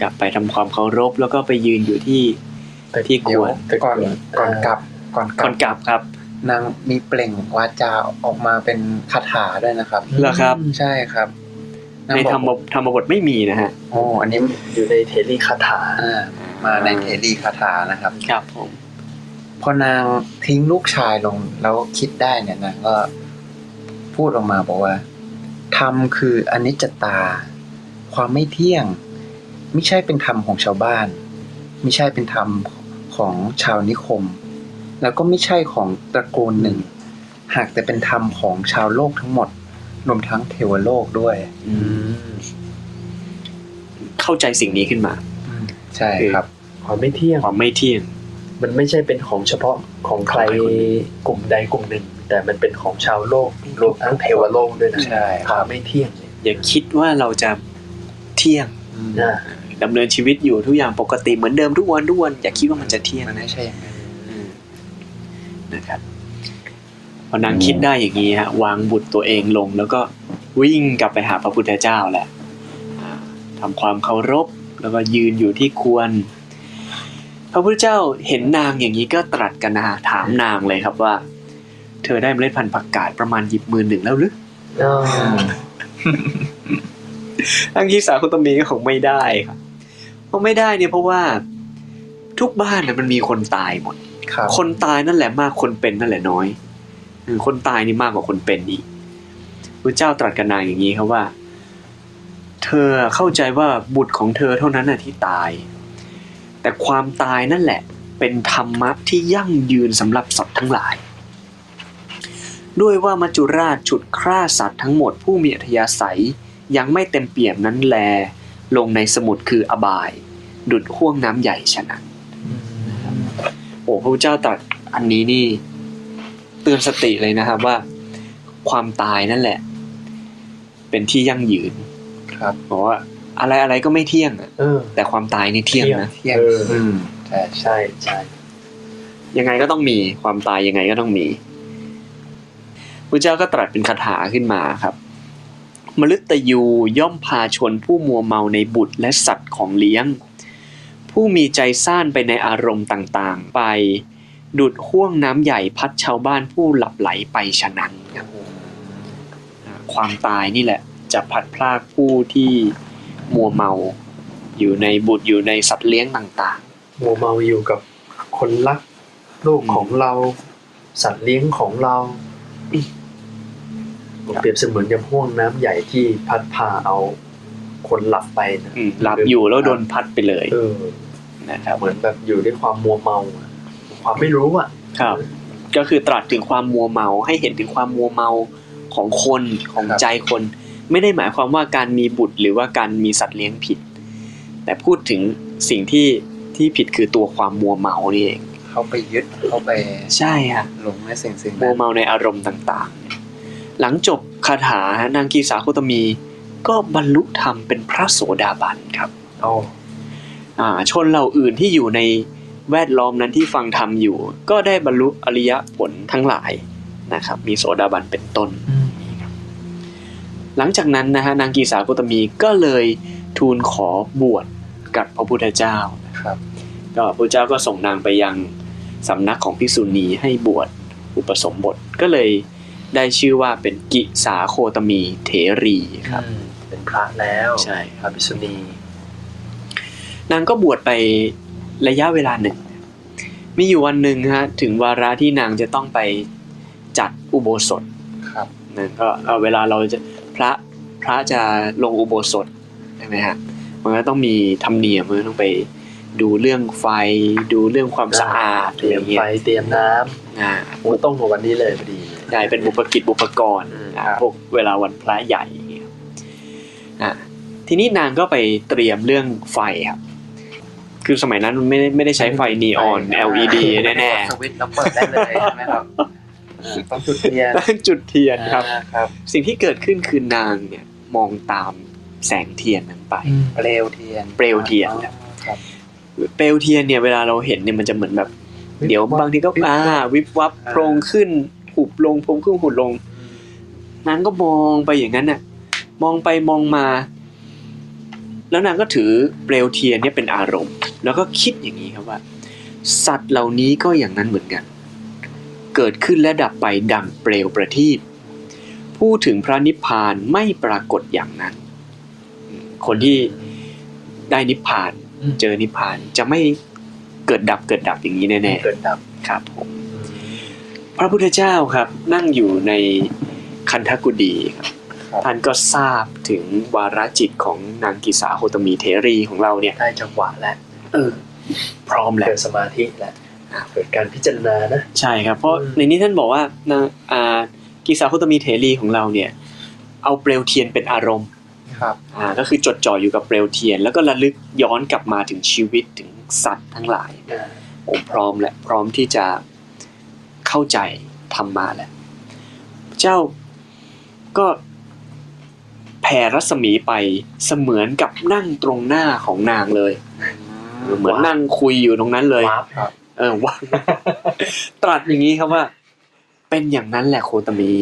กลับไปทำความเคารพแล้วก็ไปยืนอยู่ที่
แต่
ที่ก
เดี๋ยว
วน
ก่อนก่อนกลับก่อนกลั
ก่อบ นกลับครับ
นางมีเปล่งวาจาออกมาเป็นคาถาด้วยนะครับ
เหรอครับ
ใช่ครับนาง
ใน
บอก
ธรรมบธรรมบทไม่มีนะฮะ
โอ้อันนี้
อยู่ในเทลีคาถา
อ่ามาในเทรีคาถานะครับ
ครับผม
พอนางทิ้งลูกชายลงแล้วคิดได้เนี่ยนางก็พูดออกมาบอกว่าธรรมคืออนิจจตา ความไม่เที่ยง ไม่ใช่เป็นธรรมของชาวบ้าน ไม่ใช่เป็นธรรมของชาวนิคม แล้วก็ไม่ใช่ของตระกูลหนึ่ง หากแต่เป็นธรรมของชาวโลกทั้งหมด รวมทั้งเทวโลกด้วย
เข้าใจสิ่งนี้ขึ้นมา
ใช่ครับ
ความไม่เที่ยง
ความไม่เที่ยง
มันไม่ใช่เป็นของเฉพาะของใคร
ของใครคนหนึ่ง
กลุ่มใดกลุ่มหนึ่ง แต่มันเป็นของชาวโลกรวมทั้งเทวโลกด้วยนะ
ใช่ครับ
ความไม่เที่ยงเนี่ย
อย่าคิดว่าเราจะเที่ยง
นะ
ดำเนินชีวิตอยู่ทุกอย่างปกติเหมือนเดิมทุกวันทุกวันอย่าคิดว่ามันจะเที่ยง
มัน
นะ
ไม่ใช่อย่างนั้น
นะครับพอนางคิดได้อย่างนี้ฮะ วางบุตรตัวเองลง แล้วก็วิ่งกลับไปหาพระพุทธเจ้าแหละอ่าทำความเคารพ แล้วก็ยืนอยู่ที่ควร พระพุทธเจ้าเห็นนางอย่างนี้ก็ตรัสกับนางถามนางเลยครับว่า เธอได้เมล็ดพันธุ์ผักกาดประมาณหยิบมือหนึ่งแล้วหรือ
อ่า
ทางที่สาคุณตมีก็คงไม่ได้ครับเพราะไม่ได้เนี่ยเพราะว่าทุกบ้านนะมันมีคนตายหมด
ครับ
คนตายนั่นแหละมากคนเป็นนั่นแหละน้อยหรือคนตายนี่มากกว่าคนเป็นอีกพระเจ้าตรัสกับนางอย่างนี้ครับว่า เธอเข้าใจว่าบุตรของเธอเท่านั้นน่ะที่ตาย แต่ความตายนั่นแหละ เป็นธรรมะที่ยั่งยืนสำหรับสัตว์ทั้งหลาย ด้วยว่ามัจจุราชฉุดฆ่าสัตว์ทั้งหมดผู้มีอัธยาศัย ยังไม่เต็มเปี่ยมนั้นแล ลงในสมุดคืออบาย ดุดห่วงน้ำใหญ่ฉะนั้น โอ้พระพุทธเจ้าตรัสอันนี้นี่เตือนสติเลยนะครับว่า ความตายนั่นแหละ เป็นที่ยั่งยืน
ครับ
บอกว่า อะไรอะไรก็ไม่เที่ยงอะ
เออ
แต่ความตายนี่เที่ยงนะ
เที่ยง
เออ
อืมใช่
ใช่ใช่
ยังไงก็ต้องมีความตายยังไงก็ต้องมีพระเจ้าก็ตรัสเป็นคาถาขึ้นมาครับ มฤตยูย่อมพาชนผู้มัวเมาในบุตรและสัตว์ของเลี้ยง ผู้มีใจซ่านไปในอารมณ์ต่างๆ ไป ดุดห่วงน้ำใหญ่พัดชาวบ้านผู้หลับไหลไปฉะนั้นครับ ความตายนี่แหละ จะพัดพรากผู้ที่มัวเมา อยู่ในบุตรอยู่ในสัตว์เลี้ยงต่าง
มัวเมาอยู่กับคนรักลูกของเรา สัตว์เลี้ยงของเรา
อืม
ผมเปรียบเสมือนกับห่วงน้ำใหญ่ที่พัดพาเอาคนหลับไปนะ
ๆอืมหลับอยู่แล้วโดนพัดไปเลย
เออ
นะครับ
เหมือนแบบอยู่ด้วยความมัวเมาอะความไม่รู้อ่ะ
ครับ ก็คือตรัสถึงความมัวเมาให้เห็นถึงความมัวเมาของคนของใจคน ไม่ได้หมายความว่าการมีบุตรหรือว่าการมีสัตว์เลี้ยงผิด แต่พูดถึงสิ่งที่ที่ผิดคือตัวความมัวเมานี่เอง
เข้าไปยึดเข้าไป
ใช่ฮะ
หลงในสิ่งสิ่ง
มั
นั้
วน เมาในอารมณ์ต่างๆ หลังจบคาถานางกีสาโคตมี ก็บรรลุธรรมเป็นพระโสดาบันครับ
โอ้
อ่าชนเหล่าอื่นที่อยู่ในแวดล้อมนั้นที่ฟังธรรมอยู่ ก็ได้บรรลุอริยผลทั้งหลายนะครับ มีโสดาบันเป็นต้น
อืม
หลังจากนั้นนะฮะนางกีสาโคตมีก็เลยทูลขอบวชกับพระพุทธเจ้า
ครับ
ก็พระเจ้าก็ส่งนางไปยังสำนักของภิกษุณีให้บวชอุปสมบทก็เลยได้ชื่อว่าเป็นกิสาโคตมีเถรีครับ
อืมเป็นพระแล้ว
ใช่
พระภิกษุณี
นางก็บวชไประยะเวลาหนึ่ง มีอยู่วันหนึ่งฮะถึงวาระที่นางจะต้องไปจัดอุโบสถ
ครับ
นะก็เอาเวลาเราจะพระพระจะลงอุโบสถใช่ไหมฮะมันก็ต้องมีธรรมเนียมมันก็ต้องไปดูเรื่องไฟดูเรื่องความสะอาด
เต
อะ
รี
ไร
ย
อ
ม
ย่างเงี้
ไฟ
ย
เตรียมน้
อ่า
ำโอ้ต้องกับวันนี้เลยพอดี
ใช่เป็นบุปกิจบุปกรณ์
อืม
อ่ะพวกเวลาวันพระใหญ่อย่างเงี้ยอ่ะทีนี้นางก็ไปเตรียมเรื่องไฟครับ คือสมัยนั้นมันไม่ได้ไม่ได้ใช้ไฟนีออน LED <laughs> แน่
สวิตช์แล้วเปิดได้เลยใช่ไหมครับอ่าต้องจุดเทียน
ๆตั้งจุดเทียนครับ
อ่าครับ
สิ่งที่เกิดขึ้นคือนางเนี่ยมองตามแสงเทียนนั้นไป
เปลวเทียน
เปลวเทียน
อ๋อครับ
เปลวเทียนเนี่ยเวลาเราเห็นเนี่ยมันจะเหมือนแบบ เดี๋ยวบางทีก็อ่าวิบวับ
อ่า
โพรงขึ้นหุบลงโพรงขึ้นหุบลง นางก็มองไปอย่างนั้นน่ะ มองไปมองมา แล้วนางก็ถือเปลวเทียนเนี่ยเป็นอารมณ์ แล้วก็คิดอย่างนี้ครับว่า สัตว์เหล่านี้ก็อย่างนั้นเหมือนกัน เกิดขึ้นและดับไปดังเปลวประทีปพูดถึงพระนิพพานไม่ปรากฏอย่างนั้นอืมคนที่ได้นิพพาน
อืม
เจอนิพพานจะไม่เกิดดับเกิดดับอย่างนี้แน่
เกิดดับ
ๆครับผม พระพุทธเจ้าครับนั่งอยู่ในคันธกุดีครับ
ครับ
ท่านก็ทราบถึงวาระจิตของนางกิสาโฮตมีเทรีของเราเนี่ย
ได้จังหวะแล้ว
เออพร้อมแล้
เกิ
ว
ดสมาธิแล้ว
อ่ะ
เกิดการพิจารณานะ
ใช่ครับ เพราะในนี้ท่านบอกว่านางอ่ากิสาโฮตมีเทรีของเราเนี่ยเอาเปลวเทียนเป็นอารมณ์
ครับ
อ่าก็คือจดจ่ออยู่กับเปลวเทียน แล้วก็ระลึกย้อนกลับมาถึงชีวิตถึงสัตว์ทั้งหลายผมพร้อมและพร้อมที่จะเข้าใจธรรมะแล้ว เจ้าก็แผ่รัศมีไปเสมือนกับนั่งตรงหน้าของนางเลย
อืม
เหมือน
ว้าว
นั่งคุยอยู่ตรงนั้นเลย
วาร์ปครับ
เออ <laughs> ว่า ตรัสอย่างนี้ครับว่า เป็นอย่างนั้นแหละโคตมี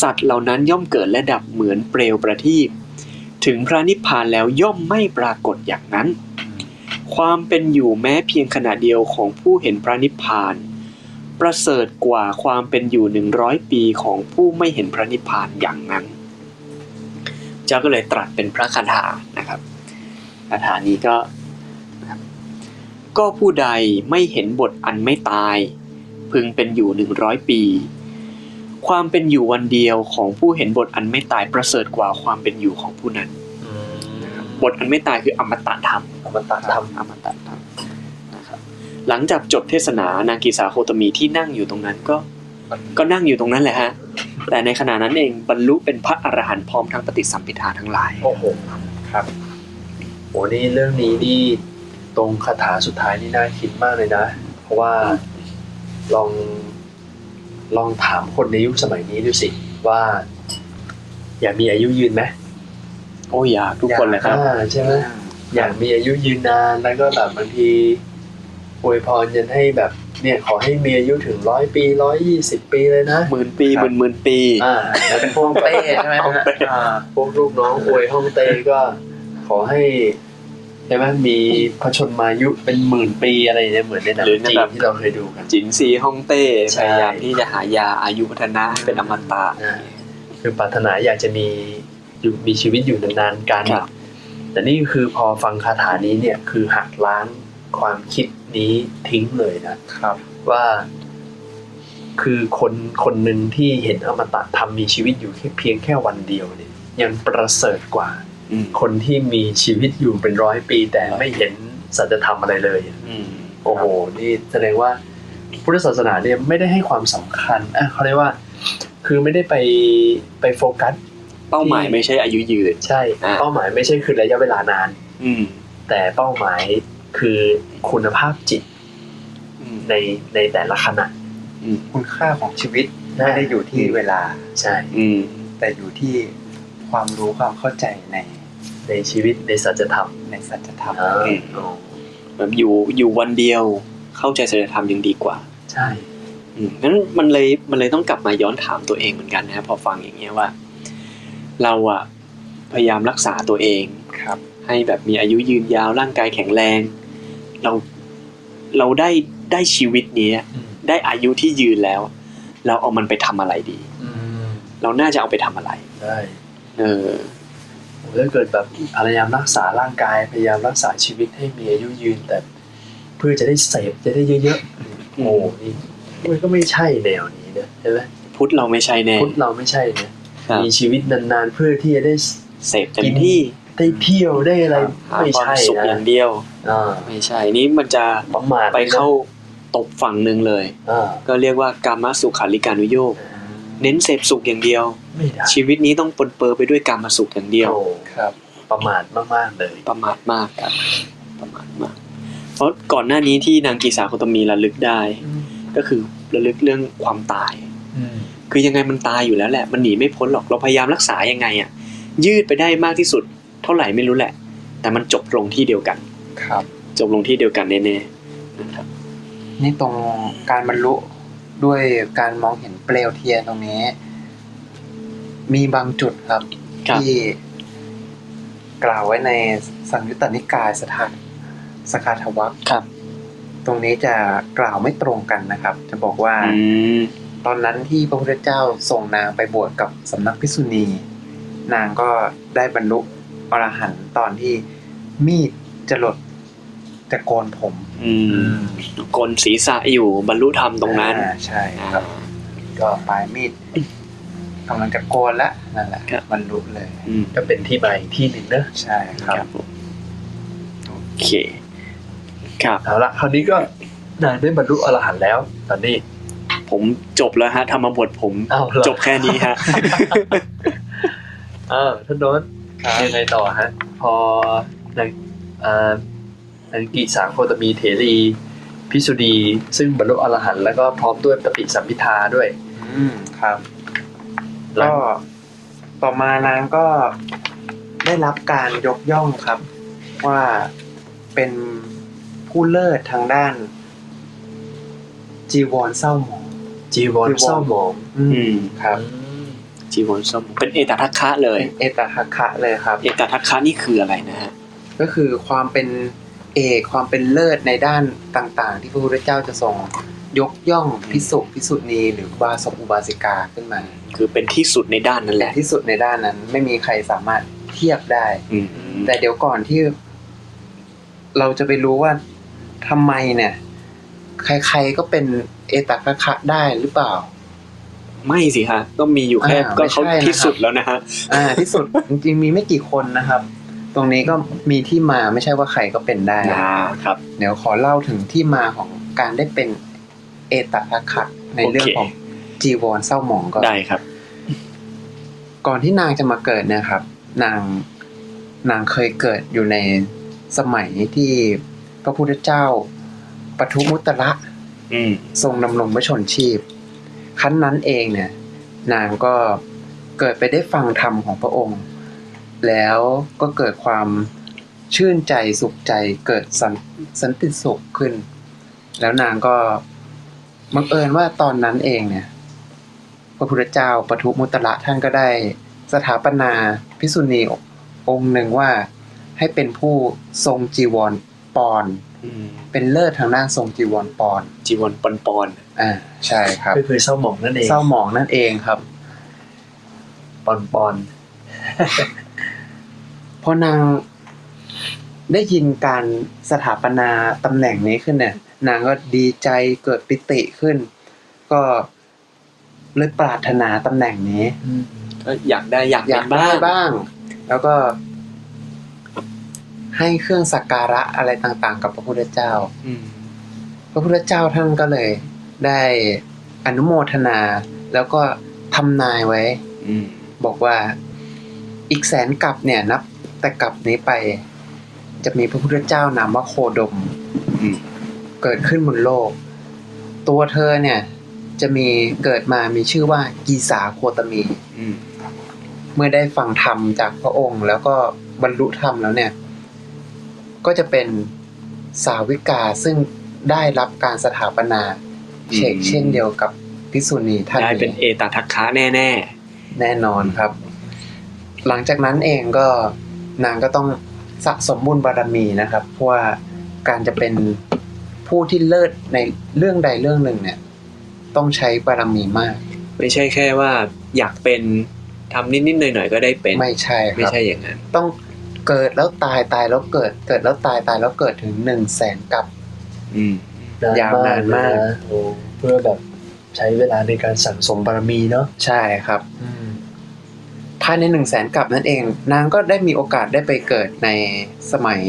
สัตว์เหล่านั้นย่อมเกิดและดับเหมือนเปลวประทีปถึงพระนิพพานแล้วย่อมไม่ปรากฏอย่างนั้น ความเป็นอยู่แม้เพียงขณะเดียวของผู้เห็นพระนิพพาน ประเสริฐกว่าความเป็นอยู่หนึ่งร้อยปีของผู้ไม่เห็นพระนิพพานอย่างนั้น เจ้าก็เลยตรัสเป็นพระคาถานะครับคาถานี้ก็นะครับก็ผู้ใดไม่เห็นบทอันไม่ตาย พึงเป็นอยู่หนึ่งร้อยปี ความเป็นอยู่วันเดียวของผู้เห็นบทอันไม่ตายประเสริฐกว่าความเป็นอยู่ของผู้นั้น บทอันไม่ตายคืออมตะธรรม
อมตะธรรม
อมตะธรรมนะครับหลังจากจบเทศนานางกีสาโคตมีที่นั่งอยู่ตรงนั้นก็ก็นั่งอยู่ตรงนั้นแหละฮะแต่ในขณะนั้นเองบรรลุเป็นพระอรหันต์พร้อมทั้งปฏิสัมพิทาทั้งหลาย
โอ้โห
ครับ
โหนี่เรื่องนี้นี่ตรงคาถาสุดท้ายนี่น่าคิดมากเลยนะ เพราะว่าลองลองถามคนในยุคสมัยนี้ดูสิ ว่า อยากมีอายุยืนไหม
โอ้อยากทุกคนเลยครับ
อ่าใช่ไหมอยากมีอายุยืนนานแล้วก็แบบบางทีอวยพรยันให้แบบเนี่ยขอให้มีอายุถึงร้อยปีร้อยยี่สิบปีเลยนะ
หมื่นปีหมื่นหมื่นปี
อ่าแล้วเป็นพวกแบบ
เป้ใช่ไหมฮะอ่า
พวกลูกน้องอวยห้องเต้ก็ขอให้ใช่ไหมมีพระชนมายุเป็นหมื่นปีอะไรเนี่ยเหมือนในหนังจีนที่เราเคยดูกัน
จินซีฮ่องเต้
ใช่
พยายามที่จะหายาอายุวัฒนะให้เป็นอมตะ
อ่าคือปรารถนาอยากจะมีอยู่มีชีวิตอยู่นานๆกัน
ครับ
แต่นี่คือพอฟังคาถานี้เนี่ยคือหักล้างความคิดนี้ทิ้งเลยนะ
ครับ
ว่า คือคนคนหนึ่งที่เห็นอมตะธรรมมีชีวิตอยู่แค่เพียงแค่วันเดียวเนี่ย ยังประเสริฐกว่า
อืม
คนที่มีชีวิตอยู่เป็นร้อยปีแต่ไม่เห็นสัจธรรมอะไรเลย
อืม
โอ้โห นี่แสดงว่าพุทธศาสนาเนี่ยไม่ได้ให้ความสำคัญอ่ะเขาเรียกว่า คือไม่ได้ไปไปโฟกัส
เป้าหมาย
ที่
ไม่ใช่อายุยืน
ใช่
อ่า
เป้าหมายไม่ใช่คือระยะเวลานาน
อืม
แต่เป้าหมายคือคุณภาพจิต
อืม
ในในแต่ละขณะ
คุณค่าของชีวิตไม่ได้อยู่ที่เวลา
ใช่
อืม
แต่อยู่ที่ความรู้ความเข้าใจใน
ในชีวิตในสัจธรรม
ในสัจธรรม
อ่า
อืม
อ๋อ
แบบอยู่อยู่วันเดียวเข้าใจศัลยธรรมยังดีกว่า
ใช่
อืมนั้นมันเลยมันเลยต้องกลับมาย้อนถามตัวเองเหมือนกันนะครับพอฟังอย่างเงี้ยว่า เราอะพยายามรักษาตัวเอง
ครับ
ให้แบบมีอายุยืนยาวร่างกายแข็งแรง เราเราได้ได้ชีวิตเนี้ย ได้อายุที่ยืนแล้ว เราเอามันไปทำอะไรดี
อืม
เราน่าจะเอาไปทำอะไร
ได้
เออ
โอ้ถ้าเกิดแบบพยายามรักษาร่างกายพยายามรักษาชีวิตให้มีอายุยืนแต่ เพื่อจะได้เสพจะได้เยอะๆโอ้นี่มันก็ไม่ใช่แนวนี้นะเห็นไหม
พุทธเราไม่ใช่แน่
พุทธเราไม่ใช่นะ
ครับ
มีชีวิตนานๆเพื่อที่จะได้ส
เสพเต็มที่
ได้เที่ยวได้อะไร
หา
ไม่
ความ
ใช่
สุขอ
นะ
ย่างเดียว
อ่า
ไม่ใช่นี่มันจะ
ประมาท
ไปเข้าตกฝั่งหนึ่งเลย
อ่า
ก็เรียกว่ากามสุขาริการุโยค เน้นเสพสุขอย่างเดียว
ไม่ได้
ชีวิตนี้ต้องปนเปื้อไปด้วยกามสุขอย่างเดียว
โอ้
ครับ
ประมาทมากๆเลย
ประมาทมากครับ ประมาทมาก เพราะก่อนหน้านี้ที่นางกีสาโคตมีระลึกได้ ก็คือระลึกเรื่องความตาย คือยังไงมันตายอยู่แล้วแหละ มันหนีไม่พ้นหรอก เราพยายามรักษายังไงอะยืดไปได้มากที่สุด เท่าไหร่ไม่รู้แหละ แต่มันจบลงที่เดียวกัน
ครับ
จบลงที่เดียวกันแน่ๆนะครับ
นี่ตรงการบรรลุด้วยการมองเห็นเปลวเทียนตรงนี้ มีบางจุดครับ
ครับ
ที่กล่าวไว้ในสังยุตตนิกายสถานสกาทวัค
ครับ
ตรงนี้จะกล่าวไม่ตรงกันนะครับ จะบอกว่า
อืม
ตอนนั้นที่พระพุทธเจ้าส่งนางไปบวชกับสำนักภิกษุณี นางก็ได้บรรลุอรหันต์ตอนที่มีดจะหลดจะโกนผม
อืมกลศีรษะอยู่บรรลุธรรมตรงนั้น
อ่าใช่
อ่า
ครับ ก็ปลายมีดกำลังจะโกนละนั่นแหละ
ครับ
บรรลุเลย
อืม
ก็เป็นที่มาอีกที่หนึ่งนะ
ใช่ครับ
ผมโอเค ครับ
เอาละคราวนี้ก็นางได้บรรลุอรหันต์แล้ว ตอนนี้
ผมจบแล้วฮะธรรมบทผม
อ้าวเหรอ
จบแค่นี้
<laughs>
ฮะ
เออท่านโดนท์
ครับ
ยังไงต่อฮะ พอนางอ่านางกีสาโคตมีเถรีพิสุดี ซึ่งบรรลุอรหันต์แล้วก็พร้อมด้วยปฏิสัมพิทาด้วย
อืมครับ
หลัง
ก็ต่อมานางก็ได้รับการยกย่องครับ ว่าเป็นผู้เลิศทางด้าน จีวรเศร้าหมอง
จีวรเศร้าหมอง
อื
อื
ม
ม
ครับ
จีวรส้มเป็นเอตทัคคะเลย
เป็นเอตทัคคะเลยครับ
เอตทัคคะนี่คืออะไรนะฮะ
ก็คือความเป็นเอกความเป็นเลิศในด้านต่างๆ ที่พระพุทธเจ้าจะทรงยกย่องพิสุพิสุณีหรือว่าสกุบาสิกาขึ้นมา
คือเป็นที่สุดในด้านนั่นแห
แต่
ละ
ที่สุดในด้านนั้นไม่มีใครสามารถเทียบได้
อืม
แต่เดี๋ยวก่อนที่เราจะไปรู้ว่าทำไมเนี่ย ใครๆก็เป็นเอตักคะได้หรือเปล่า
ไม่สิฮะ ก็มีอยู่แค่
อ่า
ก็เขา
ไม่ใช่นะครับ
ที่สุดแล้วนะฮะ
อ่า ที่สุด จริงๆมีไม่กี่คนนะครับ ตรงนี้ก็มีที่มาไม่ใช่ว่าใครก็เป็นได้
ครับ
เดี๋ยวขอเล่าถึงที่มาของการได้เป็นเอตักคะในเรื่อง
โอเค
ของจีวรเศร้าหมองก่อน
ได้ครับ
ก่อนที่นางจะมาเกิดเนะครับ นางนางเคยเกิดอยู่ในสมัยที่พระพุทธเจ้าปทุมุตระ
อืม
ทรงดำรงพระชนชีพครั้นนั้นเองเนี่ย นางก็เกิดไปได้ฟังธรรมของพระองค์ แล้วก็เกิดความชื่นใจสุขใจเกิดสันสันติสุขขึ้น แล้วนางก็บังเอิญว่าตอนนั้นเองเนี่ย พระพุทธเจ้าปทุมุตระท่านก็ได้สถาปนาภิกษุณีองค์หนึ่งว่าให้เป็นผู้ทรงจีวรปอน
อืม
เป็นเลิศทางด้านทรงจีวรปอน
จีวรปอนปอน
อ่าใช่ครับ
ก็คือเศร้าหมองนั่นเอง
เศร้าหมองนั่นเองครับ
ปอนปอน
พอนางได้ยินการสถาปนาตำแหน่งนี้ขึ้นเนี่ยนางก็ดีใจเกิดปิติขึ้น ก็เลยปรารถนาตำแหน่งนี้
ก็อยากได้อยาก
อยา
เป็
ก
น
ได้
บ้าง
บ้าง แล้วก็ ให้เครื่องสักการะอะไรต่างๆ กับพระพุทธเจ้า
อืม
พระพุทธเจ้าท่านก็เลย ได้อนุโมทนา แล้วก็ทำนายไว้
อืม
บอกว่าอีกแสนกับเนี่ยนับ แต่กับนี้ไป จะมีพระพุทธเจ้านามว่าโคดม
อืม
เกิดขึ้นบนโลก ตัวเธอเนี่ย จะมีเกิดมามีชื่อว่ากีสาโคตมี
อืม
เมื่อได้ฟังธรรมจากพระองค์ แล้วก็บรรลุธรรมแล้วเนี่ย ก็จะเป็นสาวิกาซึ่งได้รับการสถาปนาเชกเช่นเดียวกับภิกษุณีท่าน
ได้เป็นเอ
นี้
ตทัคคะแน่
แน่นอนครับ หลังจากนั้นเองก็นางก็ต้องสะสมบุญบารมีนะครับเพราะว่าการจะเป็นผู้ที่เลิศในเรื่องใดเรื่องหนึ่งเนี่ย ต้องใช้บารมีมาก
ๆ ไม่ใช่แค่ว่าอยากเป็นทำนิดๆหน่อยๆก็ได้เป็น
ไม่ใช่ครับ
ไม่ใช่อย่างนั้น
ต้องเกิดแล้วตายตายแล้วเกิด เกิดแล้วตายตายแล้วเกิดถึงหนึ่งแสนกับ
อืม
ยาวนานมาก
นะโอ้เพื่อแบบใช้เวลาในการสั่งสมบารมีเนาะ
ใช่ครับภายในหนึ่งแสนกับนั่นเอง นางก็ได้มีโอกาสได้ไปเกิดในสมัย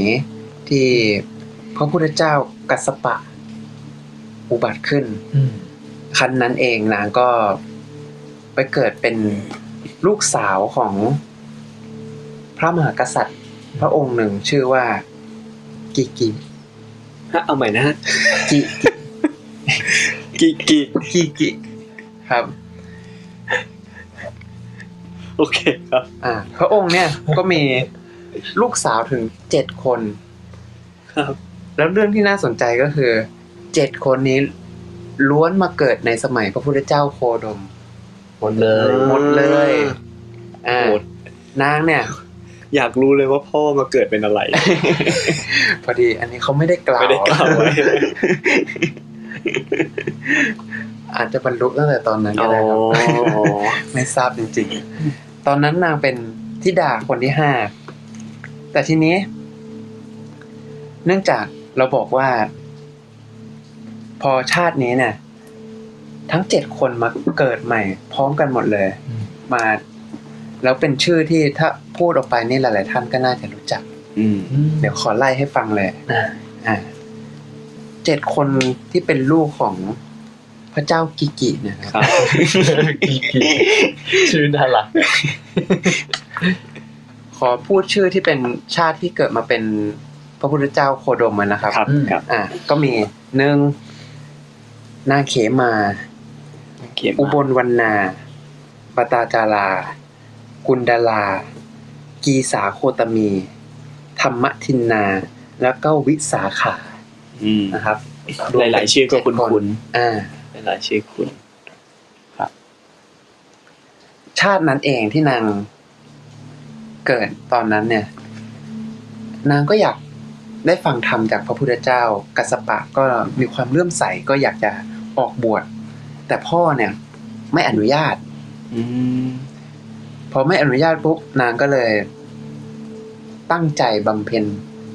ที่พระพุทธเจ้ากัสสปะ อุบัติขึ้น ครั้นนั้นเองนางก็ไปเกิดเป็นลูกสาวของพระมหากษัตริย์ พระองค์หนึ่งชื่อว่ากิกิ
ฮะเอาใหม่
<laughs>
นะฮะ
กิ
กิกิ
กิกิครับ
โอเคครับ
อ่าพระองค์เนี่ย ก็มีลูกสาวถึงเจ็ดคน
ครับ
แล้วเรื่องที่น่าสนใจก็คือเจ็ดคนนี้ล้วนมาเกิดในสมัยพระพุทธเจ้าโคดม
หมดเลย
ออ
หมดเลยอ่า
โหด
นางเนี่ย
อยากรู้เลยว่าพ่อมาเกิดเป็น
<laughs>
อะไร
พอดี อันนี้เขาไม่ได้กล่าว
ไม่ได้กล่าวไว้
อาจจะบรรลุตั้งแต่ตอนนั้นก็ได้ครับ ไม่ทราบจริงๆ ตอนนั้นนางเป็นทิดาคนที่ห้า แต่ทีนี้ เนื่องจากเราบอกว่า พอชาตินี้เนี่ย ทั้งเจ็ดคนมาเกิดใหม่ พร้อมกันหมดเลย มา แล้วเป็นชื่อที่ถ้าพูดออกไปนี่หลาย ๆ ท่านก็น่าจะรู้จัก
อืม
เดี๋ยวขอไล่ให้ฟังเลย
อ่ะ
อ่าเจ็ดคนที่เป็นลูกของพระเจ้ากิกินะค
ครับ รับ
ชื่อน่ารัก
ขอพูดชื่อที่เป็นชาติที่เกิดมาเป็นพระพุทธเจ้าโคดมอะนะครับ
ครับครับ
อ่ะก็มีหนึ่งนาเขมา
เขียน
อุบ
มา
ลวรรณาปตาจารา กุณดาลา กีสาโคตมี ธรรมทินนา แล้วก็วิสาขา
อืม
นะครับ
หลายๆ ชื่อก็คุ้น
เจ็ด
คุ้น
อ่า
หลายๆชื่อคุ้น
ชาตินั้นเองที่นางเกิดตอนนั้นเนี่ย นางก็อยากได้ฟังธรรมจากพระพุทธเจ้า กัสสปะก็มีความเลื่อมใสก็อยากจะออกบวชแต่พ่อเนี่ย ไม่อนุญาต
อืม
พอไม่อนุญาตปุ๊บนางก็เลย ตั้งใจบำเพ็ญ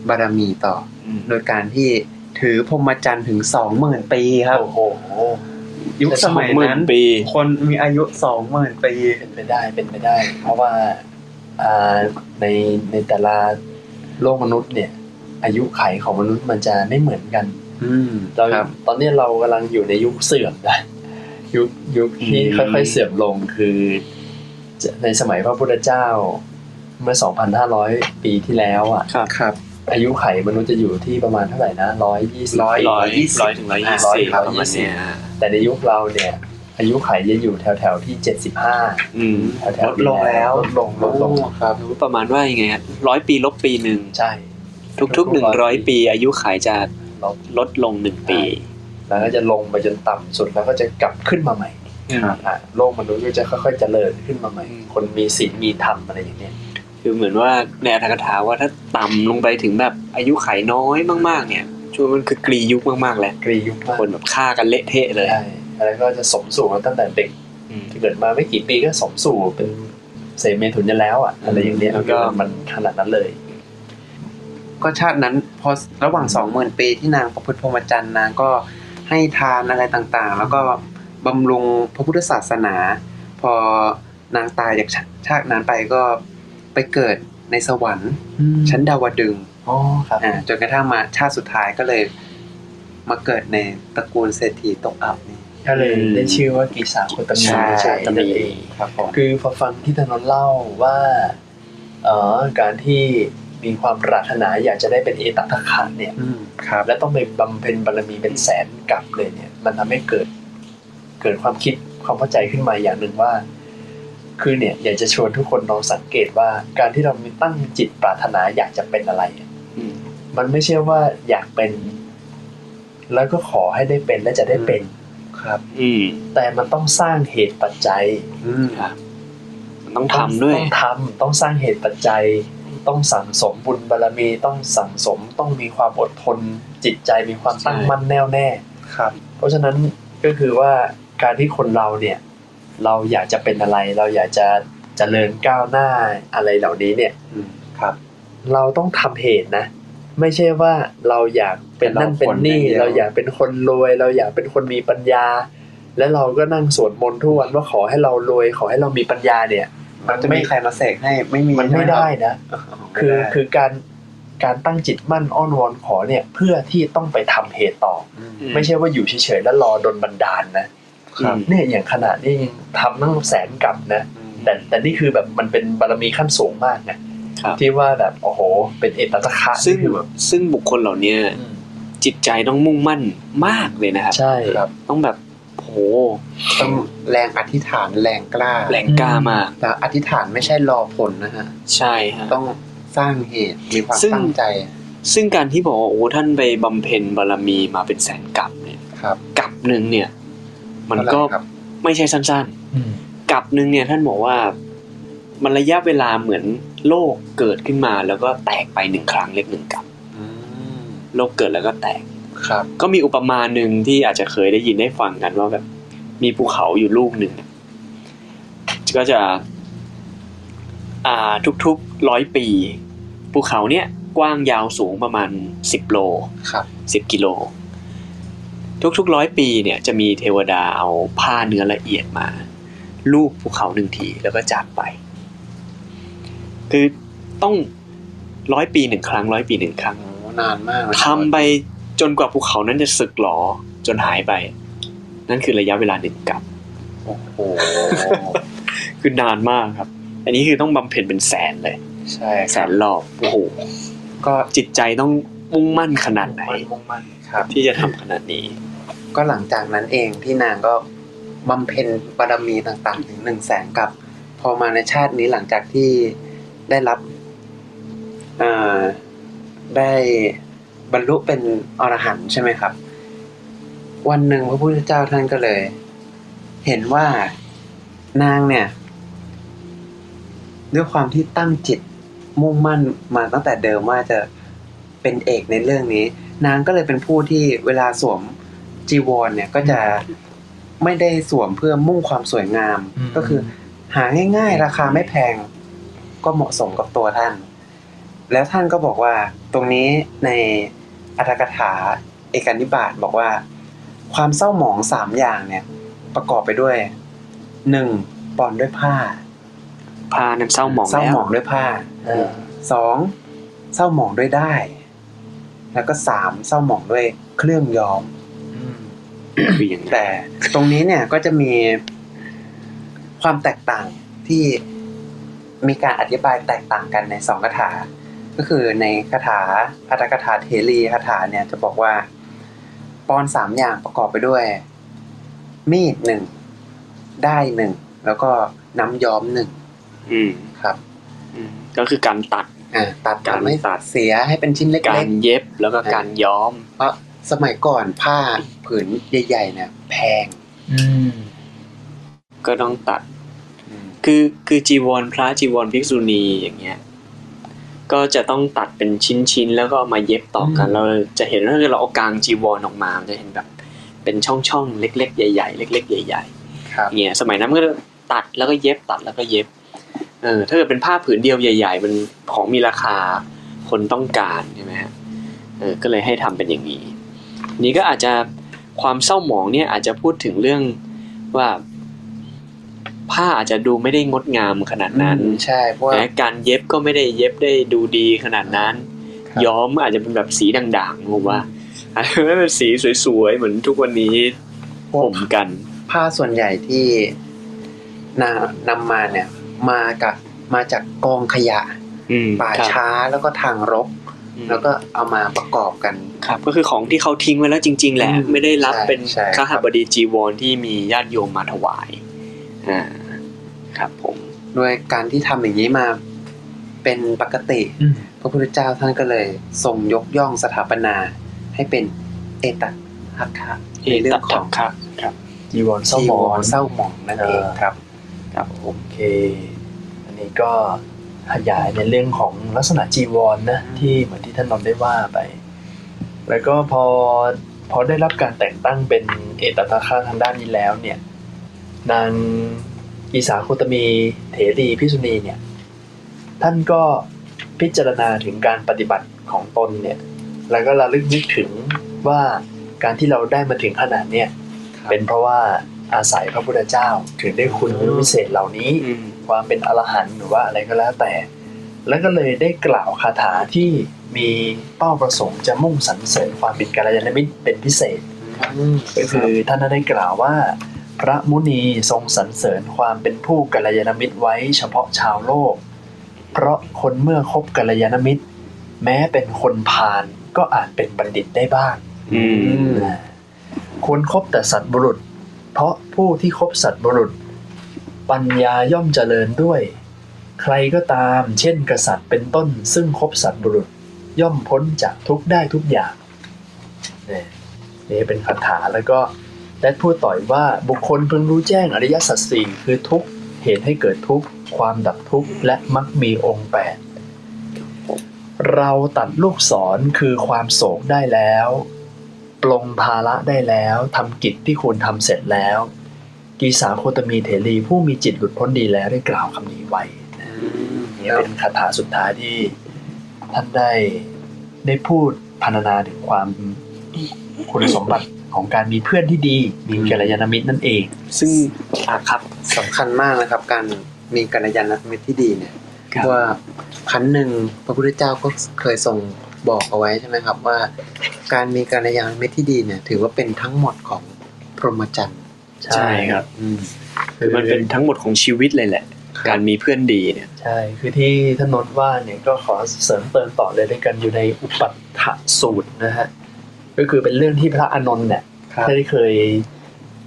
บารมีต่อ
อืม
โดยการที่ถือพรหมจรรย์ถึงสองหมื่นปีครับ
โอ้โห
ยุคสมัย
หมื่
นั้น
ปี
คนมีอายุสองหมื่นปี
เป็นไปได้เป็นไปได้ เพราะว่าอ่าในในแต่ละโลกมนุษย์เนี่ย อายุไขของมนุษย์มันจะไม่เหมือนกัน
อืม
เรา
ครับ
ตอนนี้เรากำลังอยู่ในยุคเสื่อมนะ <laughs> ยุคยุคที่
อืม
ค่อยๆเสื่อมลงคือจะในสมัยพระพุทธเจ้า เมื่อ 2,500 ปีที่แล้วอ่ะ
ครับ
ครับ
อายุไขมนุษย์จะอยู่ที่ประมาณเท่าไหร่นะ120
ร้อย
ร้อยร้อยถึงร้อยยี่สิบ
ร้อย
ประ
ยี่
มาณ
สิบ
เนี้ย
แต่ในยุคเราเนี่ย อายุไขจะอยู่แถวๆที่ 75
อืม
แถวๆนี้ลดลงลดลง
ครับ
ประมาณว่ายังไงครับร้อยปีลบปีหนึ่ง
ใช่
ทุกๆหนึ่งร้อยปี อายุขายจะ
ลบ
ลดลงหนึ่งปี
แล้วก็จะลงไปจนต่ำสุดแล้วก็จะกลับขึ้นมาใหม่
ครับ
อ่ะโลกมนุษย์ก็จะค่อยๆเจริญขึ้นมาใหม่
อืม
คนมีศีลมีธรรมอะไรอย่างเนี้ย
คือเหมือนว่าในอัตถกถาว่าถ้าต่ำลงไปถึงแบบอายุไขน้อยมากๆ เนี่ยช่วงมันคือกรียุคมากๆแหละ
กรียุคมาก
คนแบบฆ่ากันเละเทะเลย
ใช่แล้วก็จะสมสู่กันตั้งแต่เด็ก
อืม
เกิดมาไม่กี่ปีก็สมสู่เป็นเสเมถุนจะแล้วอ่ะอะไรอย่างเงี้ย
แล้วก็
มันขนาดนั้นเลย
ก็ชาตินั้นพอระหว่างสองหมื่นปีที่นางประพฤติพรหมจรรย์นางก็ให้ทานอะไรต่างๆ แล้วก็บำรุงพระพุทธศาสนา พอนางตายจากชาชาตินั้นไปก็ไปเกิดในสวรรค์ ชั้นดาวดึงส์
อ๋อครับ
อ่าจนกระทั่งมาชาติสุดท้ายก็เลย มาเกิดในตระกูลเศรษฐีตกอับนี่
ก็เลยได้ชื่อว่ากีสาโคตมี
ใช่
ต
นั่น
มี
เองครับผม
คือพอฟังที่ธนนท์เล่าว่าเออการที่ มีความปรารถนาอยากจะได้เป็นเอตัตถคะเนี่ย
อืมครับ
และต้องไปบำเพ็ญบารมีเป็นแสนกับเลยเนี่ย มันทำให้เกิดเกิดความคิดความเข้าใจขึ้นมาอย่างหนึ่งว่า คือเนี่ย อยากจะชวนทุกคนลองสังเกตว่า การที่เรามีตั้งจิตปรารถนาอยากจะเป็นอะไรเนี่ย
อืม
มันไม่ใช่ว่าอยากเป็น แล้วก็ขอให้ได้เป็นและจะได้เป็น
ครับ
อืม
แต่มันต้องสร้างเหตุปัจจัย
อืม
ครับมันต้องทำด้วย
ต้องทำต้องสร้างเหตุปัจจัย ต้องสั่งสมบุญบารมีต้องสั่งสมต้องมีความอดทน จิตใจมีความตั้ง
ใช่
มั่นแน่วแน่
ครับ
เพราะฉะนั้นก็คือว่าการที่คนเราเนี่ย เราอยากจะเป็นอะไร เราอยากจะเจริญก้าวหน้าอะไรเหล่านี้เนี่ย
อืมครับ
เราต้องทำเหตุนะ ไม่ใช่ว่าเราอยากเป็นนั่นเป็นนี่
เป็นเราคน
เรา
อย่างเดียว
อยากเป็นคนรวย เราอยากเป็นคนมีปัญญา และเราก็นั่งสวดมนต์ทุกวันว่าขอให้เรารวย ขอให้เรามีปัญญาเนี่ย มั
มัน น
จะ
จะ
ไม่
มีใครมาเสกให้ไม่มี
มันไม่ได้นะ
คื
คือ อ
คื
คือ อการการตั้งจิตมั่นอ้อนวอนขอเนี่ยเพื่อที่ต้องไปทำเหตุต่ออ
ม
ไม่ใช่ว่าอยู่เฉยๆแล้วรอโดนบันดาลนะ
อืม
เนี่ยอย่างขนาดนี้ยังทำตั้งแสนกับนะ แต่แต่นี่คือแบบมันเป็นบารมีขั้นสูงมากนะครับ ที่ว่าแบบโอ้โห เป็นเอตตะคะ
ซึ่ง
นี่คือแบบ
ซึ่งบุคคลเหล่าเนี้ย
อืม
จิตใจต้องมุ่งมั่นมากเลยนะครับ
ใช่
ครับ
ต้องแบบโห
ต้องแรงอธิษฐานแรงกล้า
แหลงกล้ามาก
แต่อธิษฐานไม่ใช่รอผลนะฮะ
ใช่ฮะ
ต้องสร้างเหตุมีความ
ซึ่ง
ตั้งใจ
ซึ่งการที่บอกว่าโอ้ท่านไปบำเพ็ญบารมีมาเป็นแสนกับเนี่ย
ครับ
กับหนึ่งเนี่ย มันก็
เท่าไหร่ครับ
ไม่ใช่สั้น
อืม
ๆ กับหนึ่งเนี่ยท่านบอกว่ามันระยะเวลาเหมือนโลกเกิดขึ้นมาแล้วก็แตกไปหนึ่งครั้งเรียกหนึ่งกับ
อืม
โลกเกิดแล้วก็แตก
ครับ
ก็มีอุปมาหนึ่งที่อาจจะเคยได้ยินได้ฟังกันว่าแบบมีภูเขาอยู่ลูกหนึ่งเนี่ยก็จะ อ่าทุกๆร้อยปี ภูเขาเนี่ยกว้างยาวสูงประมาณสิบโล
ครับ
สิบกิโล ทุกๆร้อยปีเนี่ยจะมีเทวดาเอาผ้าเนื้อละเอียดมา ลูกภูเขาหนึ่งทีแล้วก็จากไป คือต้องร้อยปีหนึ่งครั้งร้อยปีหนึ่งครั้ง
โอ้นานมากเลย
ทำไปจนกว่าภูเขานั้นจะสึกหรอจนหายไป นั่นคือระยะเวลาหนึ่งกับ
โอ้โห
คือนานมากครับ อันนี้คือต้องบำเพ็ญเป็นแสนเลย
ใช่ค
แส
รับ
นรอบโอ้โห
ก็
จิตใจต้องมุ่งมั่นขนาดไหน
มุ่งมั่นครับ
ที่จะทำขนาดนี้
ก็หลังจากนั้นเองที่นางก็บำเพ็ญบารมีต่างๆ ถึงหนึ่งแสนกับ พอมาในชาตินี้หลังจากที่ได้รับเอ่อได้บรรลุเป็นอรหันต์ใช่ไหมครับ วันหนึ่งพระพุทธเจ้าท่านก็เลย เห็นว่านางเนี่ย ด้วยความที่ตั้งจิตมุ่งมั่นมาตั้งแต่เดิมว่าจะเป็นเอกในเรื่องนี้ นางก็เลยเป็นผู้ที่เวลาสวมจีวรเนี่ยก็จะไม่ได้สวมเพื่อมุ่งความสวยงาม ก็คือ หาง่ายๆ ราคาไม่แพง ก็เหมาะสมกับตัวท่าน แล้วท่านก็บอกว่า ตรงนี้ในอัตถกถาเอกนิบาตบอกว่า ความเศร้าหมองสามอย่างเนี่ย ประกอบไปด้วยหนึ่งปอนด้วยผ้า
พานั้นเศร้าหมอง
เศร้า
แล้
ห
ว
มองด้วยผ้า
อ่า
สองเศร้าหมองด้วยได้ แล้วก็สามเศร้าหมองด้วยเครื่องย้อม
คืออย่างนั้น
แต่ตรงนี้เนี่ยก็จะมีความแตกต่างที่มีการอธิบายแตกต่างกันในสองคาถา ก็คือในคาถาอัตถกถาเทรีคาถาเนี่ยจะบอกว่าปอนสามอย่างประกอบไปด้วย มีดหนึ่งได้หนึ่งแล้วก็น้ำย้อมหนึ่ง
อืม
ครับ
อืมก็คือการตัด
อ่าตัด
การ
ทำให้
ตัด
เสียให้เป็นชิ้นเล็ก
การเย็บแล้วก็การย้อม
ๆ เพราะสมัยก่อนผ้าผืนใหญ่ๆเนี่ยแพง
อืม
ก็ต้องตัด คือคือจีวรพระจีวรภิกษุณีอย่างเงี้ยก็จะต้องตัดเป็นชิ้นชิ้นๆแล้วก็เอามาเย็บต่อกัน เราจะเห็นว่าเราเอากลางจีวรออกมามันจะเห็นแบบ เป็นช่องช่องๆเล็ก ๆ ใหญ่ๆเล็ก ๆ ใหญ่
ครับ
ๆเนี่ยสมัยนั้นมันก็ตัดแล้วก็เย็บตัดแล้วก็เย็บเออถ้าเกิดเป็นผ้าผืนเดียวใหญ่ ๆ มันของมีราคาคนต้องการใช่ไหมฮะเออก็เลยให้ทำเป็นอย่างนี้ นี่ก็อาจจะความเศร้าหมองเนี่ยอาจจะพูดถึงเรื่องว่าผ้าอาจจะดูไม่ได้งดงามขนาดนั้น
อืมใช่เพราะว่า
นะการเย็บก็ไม่ได้เย็บได้ดูดีขนาดนั้น
ครับ
ย้อมอาจจะเป็นแบบสีด่างๆผมว่าอาจจะไม่เป็นสีสวยๆเหมือนทุกวันนี้
พว
ผ
ก
มกัน
ผ้าส่วนใหญ่ที่นำนำมาเนี่ย มากับมาจากกองขยะ
อืม
ป่า
ครับ
ช้าแล้วก็ทางรก
อืม
แล้วก็เอามาประกอบกัน
ครับก็คือของที่เขาทิ้งไว้แล้วจริง ๆ แหละ
อืม
ไม่ได้รับ
ใช่
เป็น
ใช่
คหบดีจีวรที่มีญาติโยมมาถวายอ่าครับผม
ด้วยการที่ทำอย่างนี้มาเป็นปกติ พระพุทธเจ้าท่านก็เลยทรงยกย่องสถาปนาให้เป็นเอตัทักคะในเรื่องของ
ครับครับ
จีวรเศร้า
จี
หม
ว
อ
ร
น
เศร้าหมองนั่นเองครับ
ครับผม
โอเค อันนี้ก็ขยายในเรื่องของลักษณะจีวรนนะที่เหมือนที่ท่านนนท์ได้ว่าไป แล้วก็พอพอได้รับการแต่งตั้งเป็นเอตตาคาทางด้านนี้แล้วเนี่ย นางอีสาโคตมีเถรีพิษุณีเนี่ย ท่านก็พิจารณาถึงการปฏิบัติของตนเนี่ย แล้วก็ระลึกนึกถึงว่าการที่เราได้มาถึงขนาดเนี่ย เป็นเพราะว่าอาศัยพระพุทธเจ้าถึงได้คุณวิเศษเหล่านี้
อืม
ความเป็นอรหันต์หรือว่าอะไรก็แล้วแต่ แล้วก็เลยได้กล่าวคาถาที่มีเป้าประสงค์จะมุ่งสรรเสริญความเป็นกัลยาณมิตรเป็นพิเศษ ก็คือท่านได้กล่าวว่า พระมุนีทรงสรรเสริญความเป็นผู้กัลยาณมิตรไว้เฉพาะชาวโลก เพราะคนเมื่อคบกัลยาณมิตร แม้เป็นคนพาลก็อาจเป็นบัณฑิตได้บ้าง
อืม
ควรคบแต่สัตว์บุรุษ เพราะผู้ที่คบสัตว์บุรุษ ปัญญาย่อมเจริญด้วย ใครก็ตาม เช่น กษัตริย์เป็นต้น ซึ่งคบสัตว์บุรุษ ย่อมพ้นจากทุกข์ได้ทุกอย่างเนี่ยนี่เป็นคาถาแล้วก็ได้พูดต่อยว่าบุคคลพึงรู้แจ้งอริยสัจสี่คือทุกข์เหตุให้เกิดทุกข์ ความดับทุกข์และมักมีองค์แปด เราตัดลูกศรคือความโศกได้แล้ว ปลงภาระได้แล้วทำกิจที่ควรทำเสร็จแล้ว กีสาโคตมีเถรีผู้มีจิตหลุดพ้นดีแล้วได้กล่าวคำนี้ไว้นะนี่เป็นคาถาสุดท้ายที่ท่านได้ได้พูดพรรณนาถึงความคุณสมบัติของการมีเพื่อนที่ดี มีกัลยาณมิตรนั่นเอง
ซึ่งอ่าครับ
สำคัญมากนะครับ การมีกัลยาณมิตรที่ดีเนี่ย
ครับ
ว่าครั้งหนึ่งพระพุทธเจ้าก็เคยทรงบอกเอาไว้ใช่ไหมครับ ว่า การมีกัลยาณมิตรที่ดีเนี่ย ถือว่าเป็นทั้งหมดของพรหมจรรย์
ใช่ครับ
อืม
คือมันเป็นทั้งหมดของชีวิตเลยแหละ การมีเพื่อนดีเนี่ย
ใช่ คือที่ท่านนนท์ว่าเนี่ยก็ขอเสริมเติมต่อเลยด้วยกันอยู่ในอุปัฏฐสูตรนะฮะ ก็คือเป็นเรื่องที่พระอานนท์เนี่ยท่านได้เคย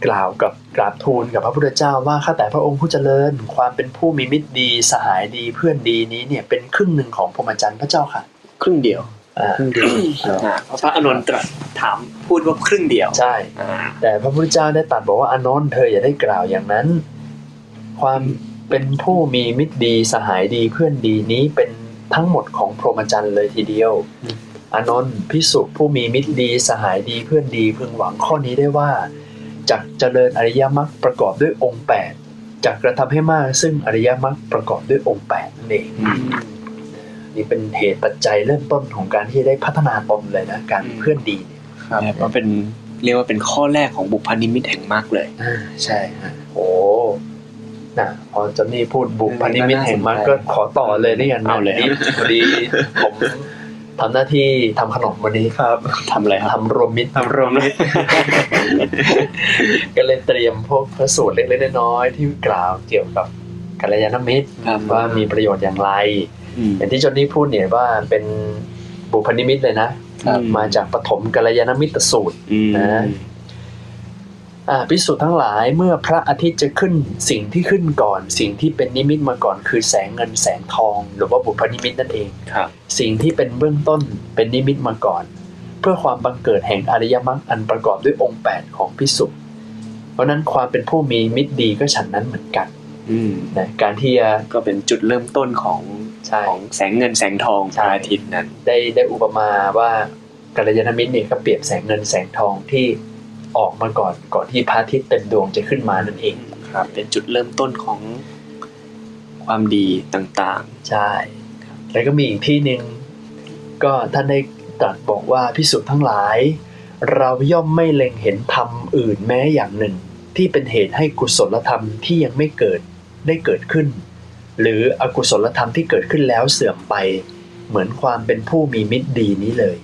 กล่าวกับกราบทูลกับพระพุทธเจ้าว่าข้าแต่พระองค์ผู้เจริญ ความเป็นผู้มีมิตรดีสหายดีเพื่อนดีนี้เนี่ยเป็นครึ่งหนึ่งของพรหมจรรย์พระเจ้าค่ะ
ครึ่งเดียว
อ่า
ครึ่งเดียว <coughs>
อ่าเพราะพระอานนท์ตรัสถามพูดว่าครึ่งเดียว
ใช่
อ่า
แต่พระพุทธเจ้าได้ตรัสบอกว่าอานนท์เธออย่าได้กล่าวอย่างนั้น ความเป็นผู้มีมิตรดีสหายดีเพื่อนดีนี้เป็นทั้งหมดของพรหมจรรย์เลยทีเดียวอานนท์พิสุผู้มีมิตรดีสหายดีเพื่อนดีพึงหวังข้อนี้ได้ว่าจักเจริญอริยมรรคประกอบด้วยองค์แปดจักกระทำให้มากซึ่งอริยมรรคประกอบด้วยองค์แปดนั่นเองนี่เป็นเหตุปัจจัยเริ่มต้นของการที่ได้พัฒนาตนเลยนะการมีเพื่อนดีเนี่ย
ครับ
เนี่ยก็เป็นเรียกว่าเป็นข้อแรกของบุพนิมิตแห่งมากเลย
อ่าใช่ฮะ
โอ้นะพอจอนนี่พูดบุพพนิมิตเห็นมันก็ ขอต่อเลยนี่กันนะ
เอาเลยครับ
พอดีผมทำหน้าที่ทำขนมวันนี้ครับ
ทำอะไรครับ
ทำรวมมิตร
ทำรวมเลย
ก็เลยเตรียมพวกพระสูตรเล็กๆน้อยๆที่กล่าวเกี่ยวกับกัลยาณมิตร
ครับ
ว่ามีประโยชน์อย่างไร
อืม
อย่างที่จอนนี่พูดเนี่ยว่าเป็นบุพพนิมิตเลยนะครับ มาจากปฐมกัลยาณมิตรสูตร
อืม
นะ อ่าพิสุทั้งหลายเมื่อพระอาทิตย์จะขึ้นสิ่งที่ขึ้นก่อน สิ่งที่เป็นนิมิตมาก่อนคือแสงเงินแสงทอง หรือว่าบุพนิมิตนั่นเอง
ครับ
สิ่งที่เป็นเบื้องต้นเป็นนิมิตมาก่อน เพื่อความบังเกิดแห่งอริยมรรคอันประกอบด้วยองค์ 8 ของพิสุเพราะนั้นความเป็นผู้มีมิตรดีก็ฉันนั้นเหมือนกัน
อืม
นะการที่จะ
ก็เป็นจุดเริ่มต้นของ
ใช่
ของแสงเงินแสงทองพ
ใช่
ระอาทิตย์นั้น
ได้ได้อุปมาว่ากัลยาณมิตรเนี่ยก็เปรียบแสงเงินแสงทองที่ออกมาก่อนก่อนที่พระอาทิตย์เต็มดวงจะขึ้นมานั่นเอง
ครับเป็นจุดเริ่มต้นของความดีต่าง
ใช่ แล้วก็มีอีกที่หนึ่งก็ท่านได้ตรัสบอกว่าพิสุทธ์ทั้งหลาย เราย่อมไม่เล็งเห็นธรรมอื่นแม้อย่างหนึ่ง ที่เป็นเหตุให้กุศลธรรมที่ยังไม่เกิดได้เกิดขึ้น หรืออกุศลธรรมที่เกิดขึ้นแล้วเสื่อมไป เหมือนความเป็นผู้มีมิตรดีนี้เลย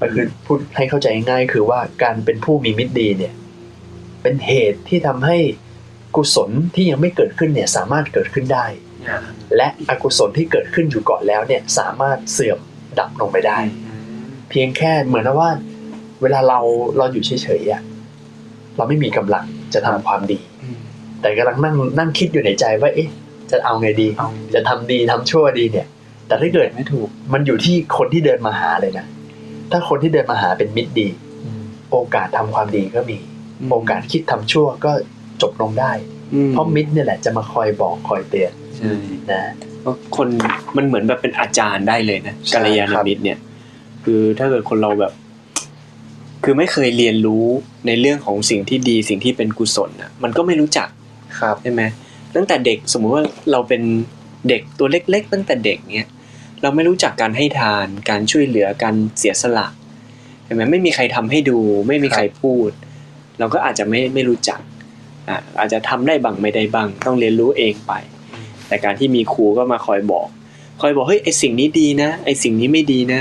ก็คือพูดให้เข้าใจง่ายๆคือว่าการเป็นผู้มีมิตรดีเนี่ยเป็นเหตุที่ทำให้กุศลที่ยังไม่เกิดขึ้นเนี่ยสามารถเกิดขึ้นได้
ๆ
และอกุศลที่เกิดขึ้นอยู่ก่อนแล้วเนี่ยสามารถเสื่อมดับลงไปได้ เพียงแค่เหมือนว่า เวลาเราเราอยู่เฉยๆอะเราไม่มีกำลังจะทำความดี แต่กำลังนั่งนั่งคิดอยู่ในใจว่า เอ๊ะ จะเอาไงดี
เอา
จะทำดีทำชั่วดีเนี่ย แต่ถ้าเกิด
ไม่ถูก
มันอยู่ที่คนที่เดินมาหาเลยนะ ถ้าคนที่เดินมาหาเป็นมิตรดี โอกาสทำความดีก็มี โอกาสคิดทำชั่วก็จบลงได้ เพราะมิตรเนี่ยแหละจะมาคอยบอกคอยเตือน
ใช่
นะ
เพราะคนมันเหมือนแบบเป็นอาจารย์ได้เลยนะ
ใช่
กัลยาณ
ครับ
มิตรเนี่ย คือถ้าเกิดคนเราแบบ คือไม่เคยเรียนรู้ในเรื่องของสิ่งที่ดีสิ่งที่เป็นกุศลนะมันก็ไม่รู้จัก
ครับ
ใช่ไหมตั้งแต่เด็กสมมุติว่าเราเป็นเด็กตัวเล็ก ๆ ตั้งแต่เด็กเนี้ยเราไม่รู้จักการให้ทาน การช่วยเหลือการเสียสละใช่ไหมไม่มีใครทำให้ดู ไม่มีใครพูด เราก็อาจจะไม่ไม่รู้จักอ่ะอาจจะทำได้บ้างไม่ได้บ้างต้องเรียนรู้เองไป แต่การที่มีครูก็มาคอยบอก คอยบอกเฮ้ยไอสิ่งนี้ดีนะไอสิ่งนี้ไม่ดีนะ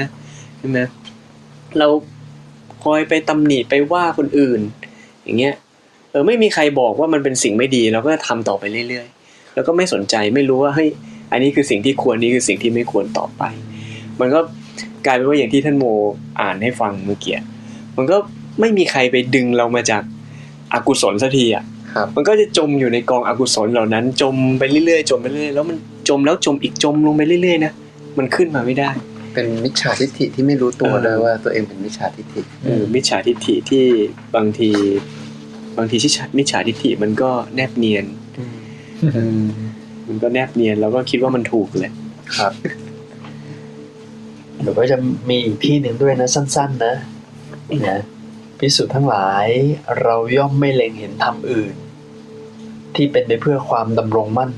ใช่ไหมเราคอยไปตำหนิไปว่าคนอื่น อย่างเงี้ย เออไม่มีใครบอกว่ามันเป็นสิ่งไม่ดีเราก็ทำต่อไปเรื่อยๆ แล้วก็ไม่สนใจไม่รู้ว่าเฮ้ยอันนี้คือสิ่งที่ควรนี่คือสิ่งที่ไม่ควรต่อไป มันก็กลายเป็นว่าอย่างที่ท่านโมอ่านให้ฟังเมื่อกี้มันก็ไม่มีใครไปดึงเรามาจากอากุศลสักทีอ่ะ
ครับ
มันก็จะจมอยู่ในกองอกุศลเหล่านั้น จมไปเรื่อยๆจมไปเรื่อยๆแล้วมันจมแล้วจมอีกจมลงไปเรื่อยๆนะมันขึ้นมาไม่ได้
เป็นมิจฉาทิฏฐิที่ไม่รู้ตัว
เออ
เลยว่าตัวเองเป็นมิจฉาทิฏฐิ
เออมิจฉาทิฏฐิที่บางทีบางทีชิชมิจฉาทิฏฐิมันก็แนบเนียน มันก็แนบเนียนแล้วก็คิดว่ามันถูกเลย
ครับ หรือว่าจะมีอีกที่หนึ่งด้วยนะสั้น ๆ นะนะพิสูจน์ทั้งหลายเราย่อมไม่เล็งเห็นธรรมอื่น ที่เป็นไปเพื่อความดำรงมั่น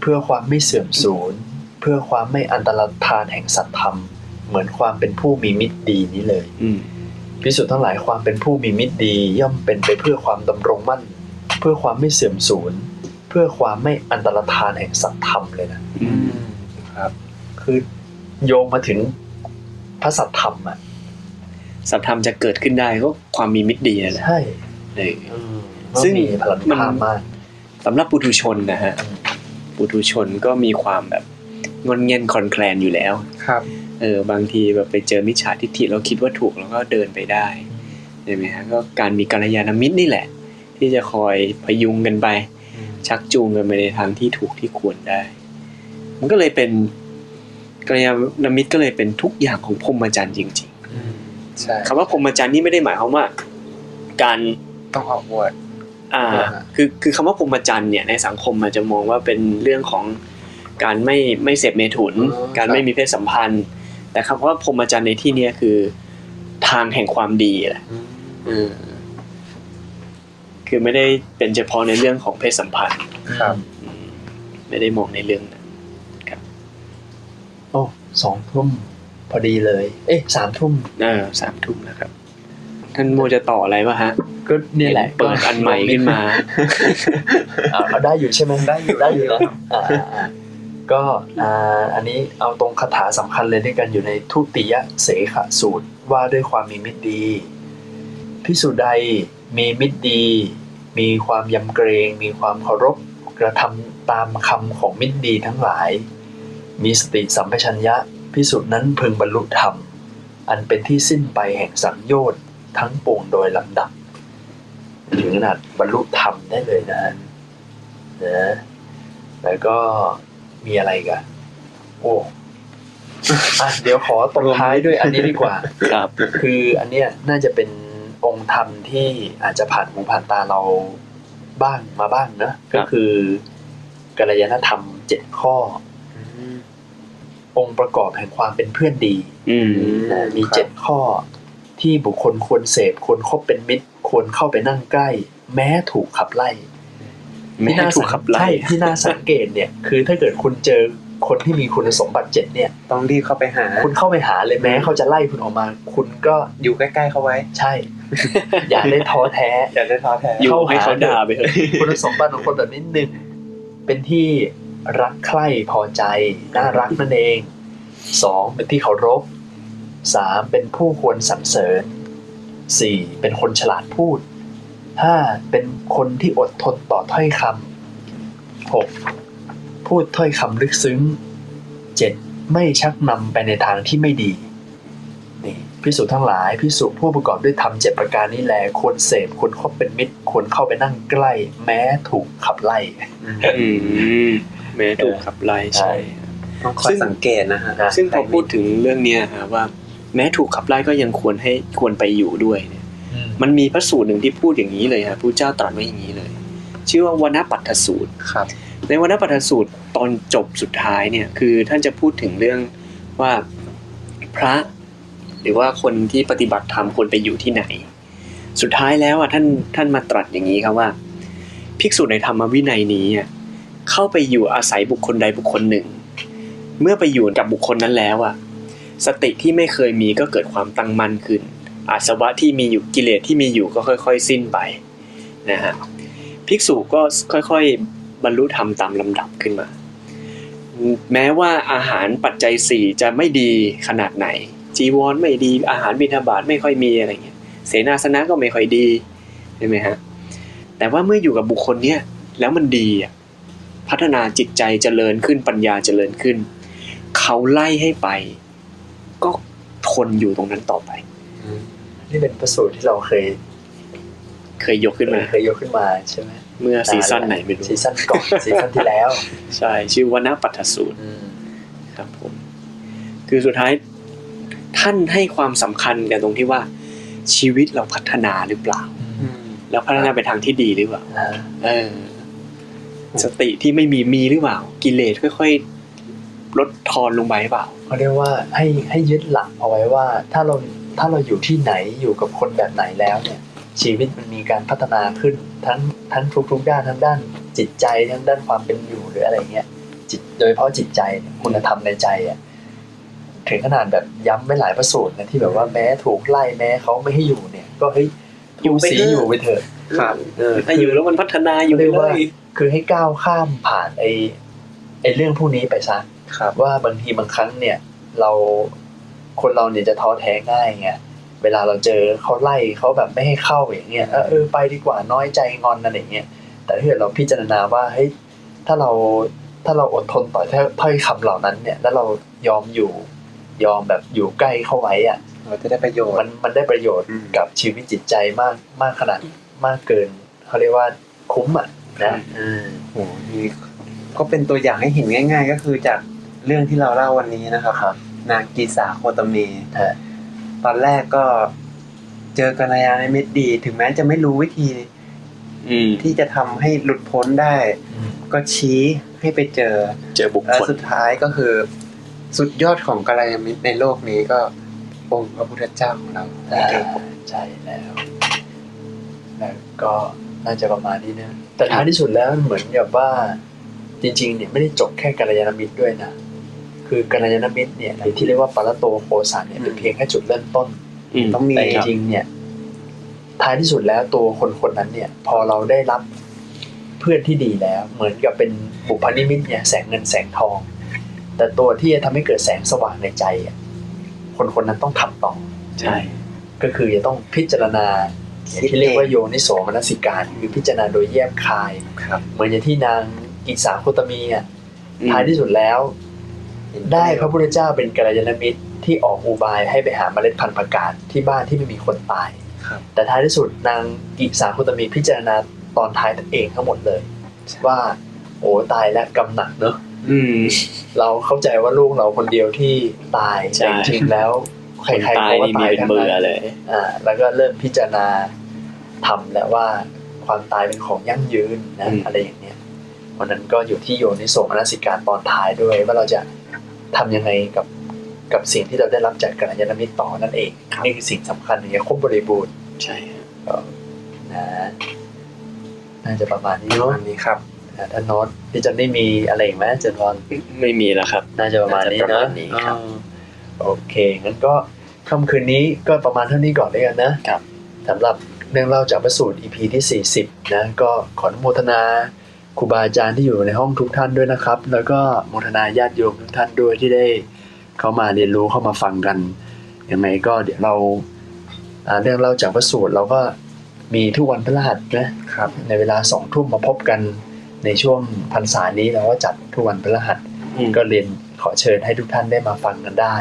เพื่อความไม่เสื่อมสูญ เพื่อความไม่อันตรธานแห่งสัตยธรรม เหมือนความเป็นผู้มีมิตรดีนี้เลย
อืม
พิสุจน์ทั้งหลายความเป็นผู้มีมิตรดีย่อมเป็นไปเพื่อความดำรงมั่น เพื่อความไม่เสื่อมสูญ เพื่อความไม่อันตรธานแห่งสัตยธรรมเลยนะ
อืม
ครับคือโยงมาถึงพระสัทธรรมอ่ะ
สัตว์ธรรมจะเกิดขึ้นได้ก็ความมีมิตรดีนั่นแหละ
ใช่
เออ ซึ่
ซึ่
ง
งมีพลัง
มัน
ภาพมาก
สำหรับปุถุชนนะฮะ ปุถุชนก็มีความแบบงอนเงียนคลอนแคลนอยู่แล้ว
ครับ
เออบางทีแบบไปเจอมิจฉาทิฏฐิเราคิดว่าถูกแล้วก็เดินไปได้ใช่ไหมฮะก็การมีกัลยาณมิตรนี่แหละ ที่จะคอยพยุงกันไป ชักจูงกันไปในทางที่ถูกที่ควรได้ มันก็เลยเป็นกัลยาณมิตรก็เลยเป็นทุกอย่างของพรหมจรรย์จริง ๆ
ใช่
คำว่าพรหมจรรย์นี่ไม่ได้หมายความว่า การ
ต้องออกบวช
อ่า
อ่าฮะ
คือคือคำว่าพรหมจรรย์เนี่ยในสังคมอาจจะมองว่าเป็นเรื่องของการไม่ไม่เสพเมถุน การไม่มีเพศสัมพันธ์ แต่คำว่าพรหมจรรย์ในที่เนี้ยคือทางแห่งความดีแหละเออคือไม่ได้เป็นเฉพาะในเรื่องของเพศสัมพันธ์
ครับ
อืมไม่ได้มองในเรื่องนั้น
โอ้สองทุ่มพอดีเลย เอ๊ะสามทุ่ม
เออสามทุ่มนะครับ ท่านโมจะต่ออะไรป่ะฮะ
ก็เนี่ยแหละ
เปิดอันใหม่ขึ้นมา
อ่ะเอาได้อยู่ใช่ไหม
ได้อยู่
ได้อยู่นะอ่าอ่าอ่าก็อ่าอันนี้เอาตรงคาถาสำคัญเลยด้วยกันอยู่ในทุติยเสขสูตรว่าด้วยความมีมิตรดี พิสุใดมีมิตรดี มีความยำเกรง มีความเคารพกระทำตามคำของมิตรดีทั้งหลาย มีสติสัมปชัญญะ พิสุนั้นพึงบรรลุธรรม อันเป็นที่สิ้นไปแห่งสังโยชน์ทั้งปวงโดยลำดับ ถึงขนาดบรรลุธรรมได้เลยนะฮะนะแล้วก็มีอะไรอีกันโอ้อ่ะเดี๋ยวขอตบท้ายด้วยอันนี้ดีกว่า
ครับ
คืออันเนี้ยน่าจะเป็นองค์ธรรมที่อาจจะผ่านหูผ่านตาเราบ้างมาบ้างเนอะ
ครับ
ก็คือกัลยาณธรรมเจ็ดข้อ องค์ประกอบแห่งความเป็นเพื่อนดี
อืม
นะมี
ครับ
เจ็ดข้อที่บุคคลควรเสพควรคบเป็นมิตร ควรเข้าไปนั่งใกล้ แม้ถูกขับไล่
ไม่ให้
น่า
ถูกขับไล่
ใช่ที่น่าสังเกตเนี่ย <laughs> คือถ้าเกิดคุณเจอคนที่มีคุณสมบัติเจ็ด
<laughs>
เนี่ย
ต้องรีบเข้าไปหา
คุณเข้าไปหาเลยแม้เขาจะไล่คุณออกมา คุณก็
อยู่ใกล้ๆเขาไว้
ใช่ <laughs> อย่าได้ท้อแท้
อย่าได้ท้อแท้
อยู่ให้เขาด่าไปเถอะ
<laughs> คุณสมบัติของคนแบบนี้หนึ่งเป็นที่รักใคร่พอใจ น่ารักนั่นเองสองเป็นที่เคารพสามเป็นผู้ควรสรรเสริญสี่เป็นคนฉลาดพูดห้าเป็นคนที่อดทนต่อถ้อยคำหก พูดถ้อยคำลึกซึ้งเจ็ดไม่ชักนำไปในทางที่ไม่ดีนี่พิสูจน์ทั้งหลายพิสูจน์ผู้ประกอบด้วยธรรมเจ็ดประการนี้แลควรเสพควรคบเป็นมิตร ควรเข้าไปนั่งใกล้ แม้ถูกขับไล่
อืม
อืมแม้ถูกขับไล่ใช่
ต้องคอยสังเกตนะฮะ
ซึ่งพอพูดถึงเรื่องเนี้ยฮะว่า แม้ถูกขับไล่ก็ยังควรให้ควรไปอยู่ด้วยเนี่ย มันมีพระสูตรหนึ่งที่พูดอย่างนี้เลยฮะพระเจ้าตรัสไว้อย่างนี้เลย ชื่อว่าวนาปัตถสูตร
ครับ
ในวรรณปัตถสูตรตอนจบสุดท้ายเนี่ยคือท่านจะพูดถึงเรื่องว่าพระหรือว่าคนที่ปฏิบัติธรรมควรไปอยู่ที่ไหน สุดท้ายแล้วอ่ะท่านท่านมาตรัสอย่างนี้ครับว่า ภิกษุในธรรมวินัยนี้อ่ะเข้าไปอยู่อาศัยบุคคลใดบุคคลหนึ่ง เมื่อไปอยู่กับบุคคลนั้นแล้วอ่ะสติที่ไม่เคยมีก็เกิดความตั้งมั่นขึ้น อาสวะที่มีอยู่กิเลสที่มีอยู่ก็ค่อย ๆ สิ้นไปนะฮะภิกษุก็ค่อยๆ บรรลุธรรมตามลำดับขึ้นมา แม้ว่าอาหารปัจจัยสี่จะไม่ดีขนาดไหน จีวรไม่ดีอาหารบิณฑบาตไม่ค่อยมีอะไรเงี้ยเสนาสนะก็ไม่ค่อยดีใช่ไหมฮะแต่ว่าเมื่ออยู่กับบุคคลเนี้ยแล้วมันดีอ่ะพัฒนาจิตใจเจริญขึ้นปัญญาเจริญขึ้น เขาไล่ให้ไป ก็ทนอยู่ตรงนั้นต่อไป
นี่เป็นประสูตรที่เราเคย
เคยยกขึ้นมา
เคยยกขึ้นมาใช่ไหม
เมื่อซีซั่นไหนไม่รู้
ซีซั่นก่อน ซีซั่นที่แล้ว
ใช่ชื่อวนาปัตถสูตร ครับผม คือสุดท้ายท่านให้ความสำคัญกับตรงที่ว่า ชีวิตเราพัฒนาหรือเปล่า แล้วพัฒนาไปทางที่ดีหรือเปล่า
อ่า
เออ สติที่ไม่มีมีหรือเปล่า กิเลสค่อยๆลดทอนลงไปหรือเปล่า
เขาเรียกว่าให้ให้ยึดหลักเอาไว้ว่า ถ้าเราถ้าเราอยู่ที่ไหนอยู่กับคนแบบไหนแล้วเนี่ย ชีวิตมันมีการพัฒนาขึ้นทั้งทั้งทุกๆด้านทั้งด้าน จิตใจทั้งด้านความเป็นอยู่หรืออะไรเงี้ยจิตโดยเฉพาะจิตใจเนี่ยคุณธรรมในใจอ่ะถึงขนาดแบบย้ำไม่หลายประสูตรนะที่แบบว่าแม้ถูกไล่แม้เขาไม่ให้อยู่เนี่ย ก็เฮ้ย
อยู่ไป
สี
เถอะ
อยู่ไปเถอะ
ครับ
เออ
ถ้าอยู่แล้วมันพัฒนาอยู่
เรียก
เล
ว่า
ย
คือให้ก้าวข้ามผ่านไอ้ไอ้เรื่องพวกนี้ไปซะ
ครับ
ว่าบางทีบางครั้งเนี่ย เราคนเราเนี่ยจะท้อแท้ง่ายไงเวลาเราเจอเขาไล่เขาแบบไม่ให้เข้าอย่างเงี้ยเออเออไปดีกว่าน้อยใจงอนอะไรอย่างเงี้ยแต่ถ้าเกิดเราพิจารณาว่าเฮ้ยถ้าเราถ้าเราอดทนต่อถ้อยคำเหล่านั้นเนี่ย แล้วเรายอมอยู่ยอมแบบอยู่ใกล้เข้าไว้อ่ะ
เราจะได้ประโยชน์
มันมันได้ประโยชน์
อืม
กับชีวิตจิตใจมากมากขนาดมากเกินเขาเรียกว่าคุ้มอ่ะนะอืม
โอ้โหนี่ก็เป็นตัวอย่างให้เห็นง่าย ๆ ก็คือจากเรื่องที่เราเล่าวันนี้นะครับ
ครับ
นางกีสาโคตมี
ฮะ
ตอนแรกก็เจอกัลยาณมิตรดี ถึงแม้จะไม่รู้วิธี
อืม
ที่จะทำให้หลุดพ้นได้ ก็ชี้ให้ไปเจอ
เจอบุค
และ
คล
สุดท้ายก็คือ สุดยอดของกัลยาณมิตรในโลกนี้ก็องค์พระพุทธเจ้าของเรา
อ่าใช่แล้วแล้วก็น่าจะประมาณนี้นะแต่ท้ายที่สุดแล้วเหมือนกับว่า จริง ๆ เนี่ยไม่ได้จบแค่กัลยาณมิตรด้วยนะคือกัลยาณมิตรเนี่ยหรือที่เรียกว่าปรโตโคสานเนี่ยเป็นเพียงแค่จุดเริ่มต้น
อืม
ต้องมี
แต่จริงๆเนี่ยท้ายที่สุดแล้วตัวคนคนนั้นเนี่ย พอเราได้รับเพื่อนที่ดีแล้ว เหมือนกับเป็นบุพนิมิตเนี่ยแสงเงินแสงทอง แต่ตัวที่จะทำให้เกิดแสงสว่างในใจอะคนคนนั้นต้องทำต่อ
ใช่
ก็คือจะต้องพิจารณาอย่างที่เรียกว่าโยนิโสมนสิการคือพิจารณาโดยแยบคาย
ครับ
เหมือนอย่างที่นางกิสาโคตมีอ่ะท้ายที่สุดแล้ว ได้พระพุทธเจ้าเป็นกัลยาณมิตรที่ออกอุบายให้ไปหาเมล็ดพันธุ์ผักกาดที่บ้านที่ไม่มีคนตาย
ครับ
แต่ท้ายที่สุดนางกิสาคุตมีพิจารณาตอนท้ายตัวเองทั้งหมดเลย ว่า โอ้ตายแล้วกำหนักเนอะ
อืม
เราเข้าใจว่าลูกเราคนเดียวที่ตาย
ใช่
แต่จริงๆแล้วใค
คน
รๆ
ตาย
เขาว่า
นี่มี
ตาย
เป็น
ทั้ง
เบื่อ
นั้น
เลย
อ่าแล้วก็เริ่มพิจารณาทำแล้วว่าความตายเป็นของยั่งยืนนะ
อืม
อะไรอย่างเนี้ยวันนั้นก็อยู่ที่โยนิโสมนสิการตอนท้ายด้วย ว่าเราจะทำยังไงกับกับสิ่งที่เราได้รับจากกัลยาณมิตรต่อนั่นเองนี่คือสิ่งสำคัญอย่างเงี้ยครบบริบูรณ
ใช่ฮะ
ก็นะน่าจะประมาณนี้เนาะ
อันนี้ครับ
อ่าถ้าโน้ตพี่จะไม่มีอะไรอีกไหมเจนวอน
ไม่มีแล้วครับ
น่าจะประมาณนี้
น่าจะประ
เนาะ
มาณนี้ครับ
อ่าโอเค งั้นก็ค่ำคืนนี้ก็ประมาณเท่านี้ก่อนด้วยกันนะครับ สำหรับเรื่องเล่าจากพระสูตร EP ที่ 40 นะ ก็ขออนุโมทนาครูบาอาจารย์ที่อยู่ในห้องทุกท่านด้วยนะครับ แล้วก็โมทนาญาติโยมทุกท่านด้วยที่ได้ เข้ามาเรียนรู้เข้ามาฟังกันยังไงก็เดี๋ยวเราอ่าเรื่องเล่าจากพระสูตรเราก็มีทุกวันพฤหัสนะครับ ในเวลาสองทุ่มมาพบกัน ในช่วงพรรษานี้เราก็จัดทุกวันพฤหัส
อืม
ก็เรียนขอเชิญให้ทุกท่านได้มาฟังกันได้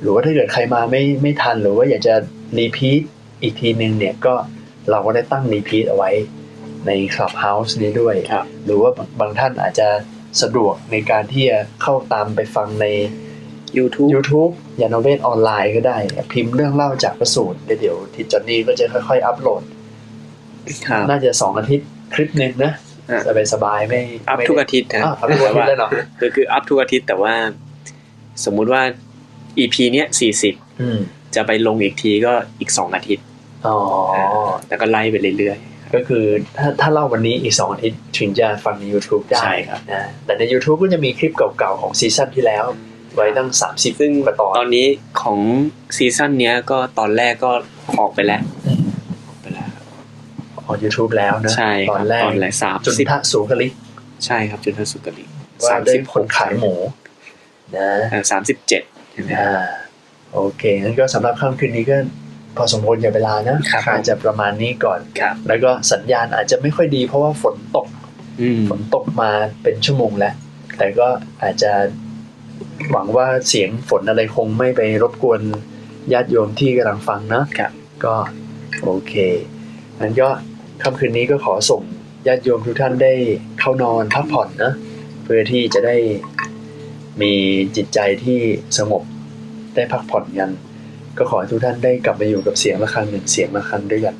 หรือว่าถ้าเกิดใครมาไม่ไม่ทันหรือว่าอยากจะรีพีทอีกทีหนึ่งเนี่ยก็เราก็ได้ตั้งรีพีทเอาไว้ใน Clubhouse นี้ด้วย
ครับ
หรือว่าบางบางท่านอาจจะสะดวกในการที่จะเข้าตามไปฟังใน
YouTube
YouTube ยานเวทออนไลน์ก็ได้ พิมพ์เรื่องเล่าจากประสูตรเดี๋ยวทิจอนนี่ก็จะค่อยๆ อัปโหลด
ครับ
น่าจะสองอาทิตย์คลิปหนึ่งนะ
อ่ะ
สบายสบายๆไม่
อัพ
ไม่ได้
ทุกอาทิตย์นะ
อ่ะอัพทุกอาทิตย์แล้วเนาะ
คือคืออัพทุกอาทิตย์แต่ว่า สมมุติว่า EP เนี้ยสี่สิบ
อืม
จะไปลงอีกทีก็อีกสองอาทิตย์
อ๋อ
แล้วก็ไล่ไปเรื่อย
ก็คือถ้าถ้าเล่าวันนี้อีก 2 อาทิตย์ถึงจะฟังใน YouTube ได้
ใช่ครับ
นะแต่ใน YouTube ก็จะมีคลิปเก่าๆ ของซีซั่นที่แล้ว ไว้ตั้ง 30 ซึ่งกว่าตอน
ๆ ตอนนี้ของซีซั่นเนี้ยก็ตอนแรกก็ออกไปแล้ว
อืม
ออกไปแล้วครับ
ของ YouTube แล้วนะ
ใช่
ต
คบ
อนแรก
ตอนแรกสาม
จุน
สิบ
ทะสูกลิก
ใช่ครับจุนทสุกลิ
ว่า
สาม
ได้
สิบ
ผ
ห
ล
ก
ขายหมูนะ
สามสิบเจ็ดใช่ไหมครับ
อ่าโอเค งั้นก็สำหรับค่ำคืนนี้ก็พอสมควรกับเวลานะครับ อาจจะประมาณนี้ก่อน
ครับ
แล้วก็สัญญาณอาจจะไม่ค่อยดีเพราะว่าฝนตก
อืม
ฝนตกมาเป็นชั่วโมงแล้ว แต่ก็อาจจะหวังว่าเสียงฝนอะไรคงไม่ไปรบกวนญาติโยมที่กำลังฟังนะครับ ก็โอเคงั้นก็ค่ำคืนนี้ก็ขอส่งญาติโยมทุกท่านได้เข้านอนพักผ่อนนะ เพื่อที่จะได้มีจิตใจที่สงบได้พักผ่อนกัน ก็ขอให้ทุกท่านได้กลับมาอยู่กับเสียงะระฆังหนึ่งเสียงะระฆังด้วยกัน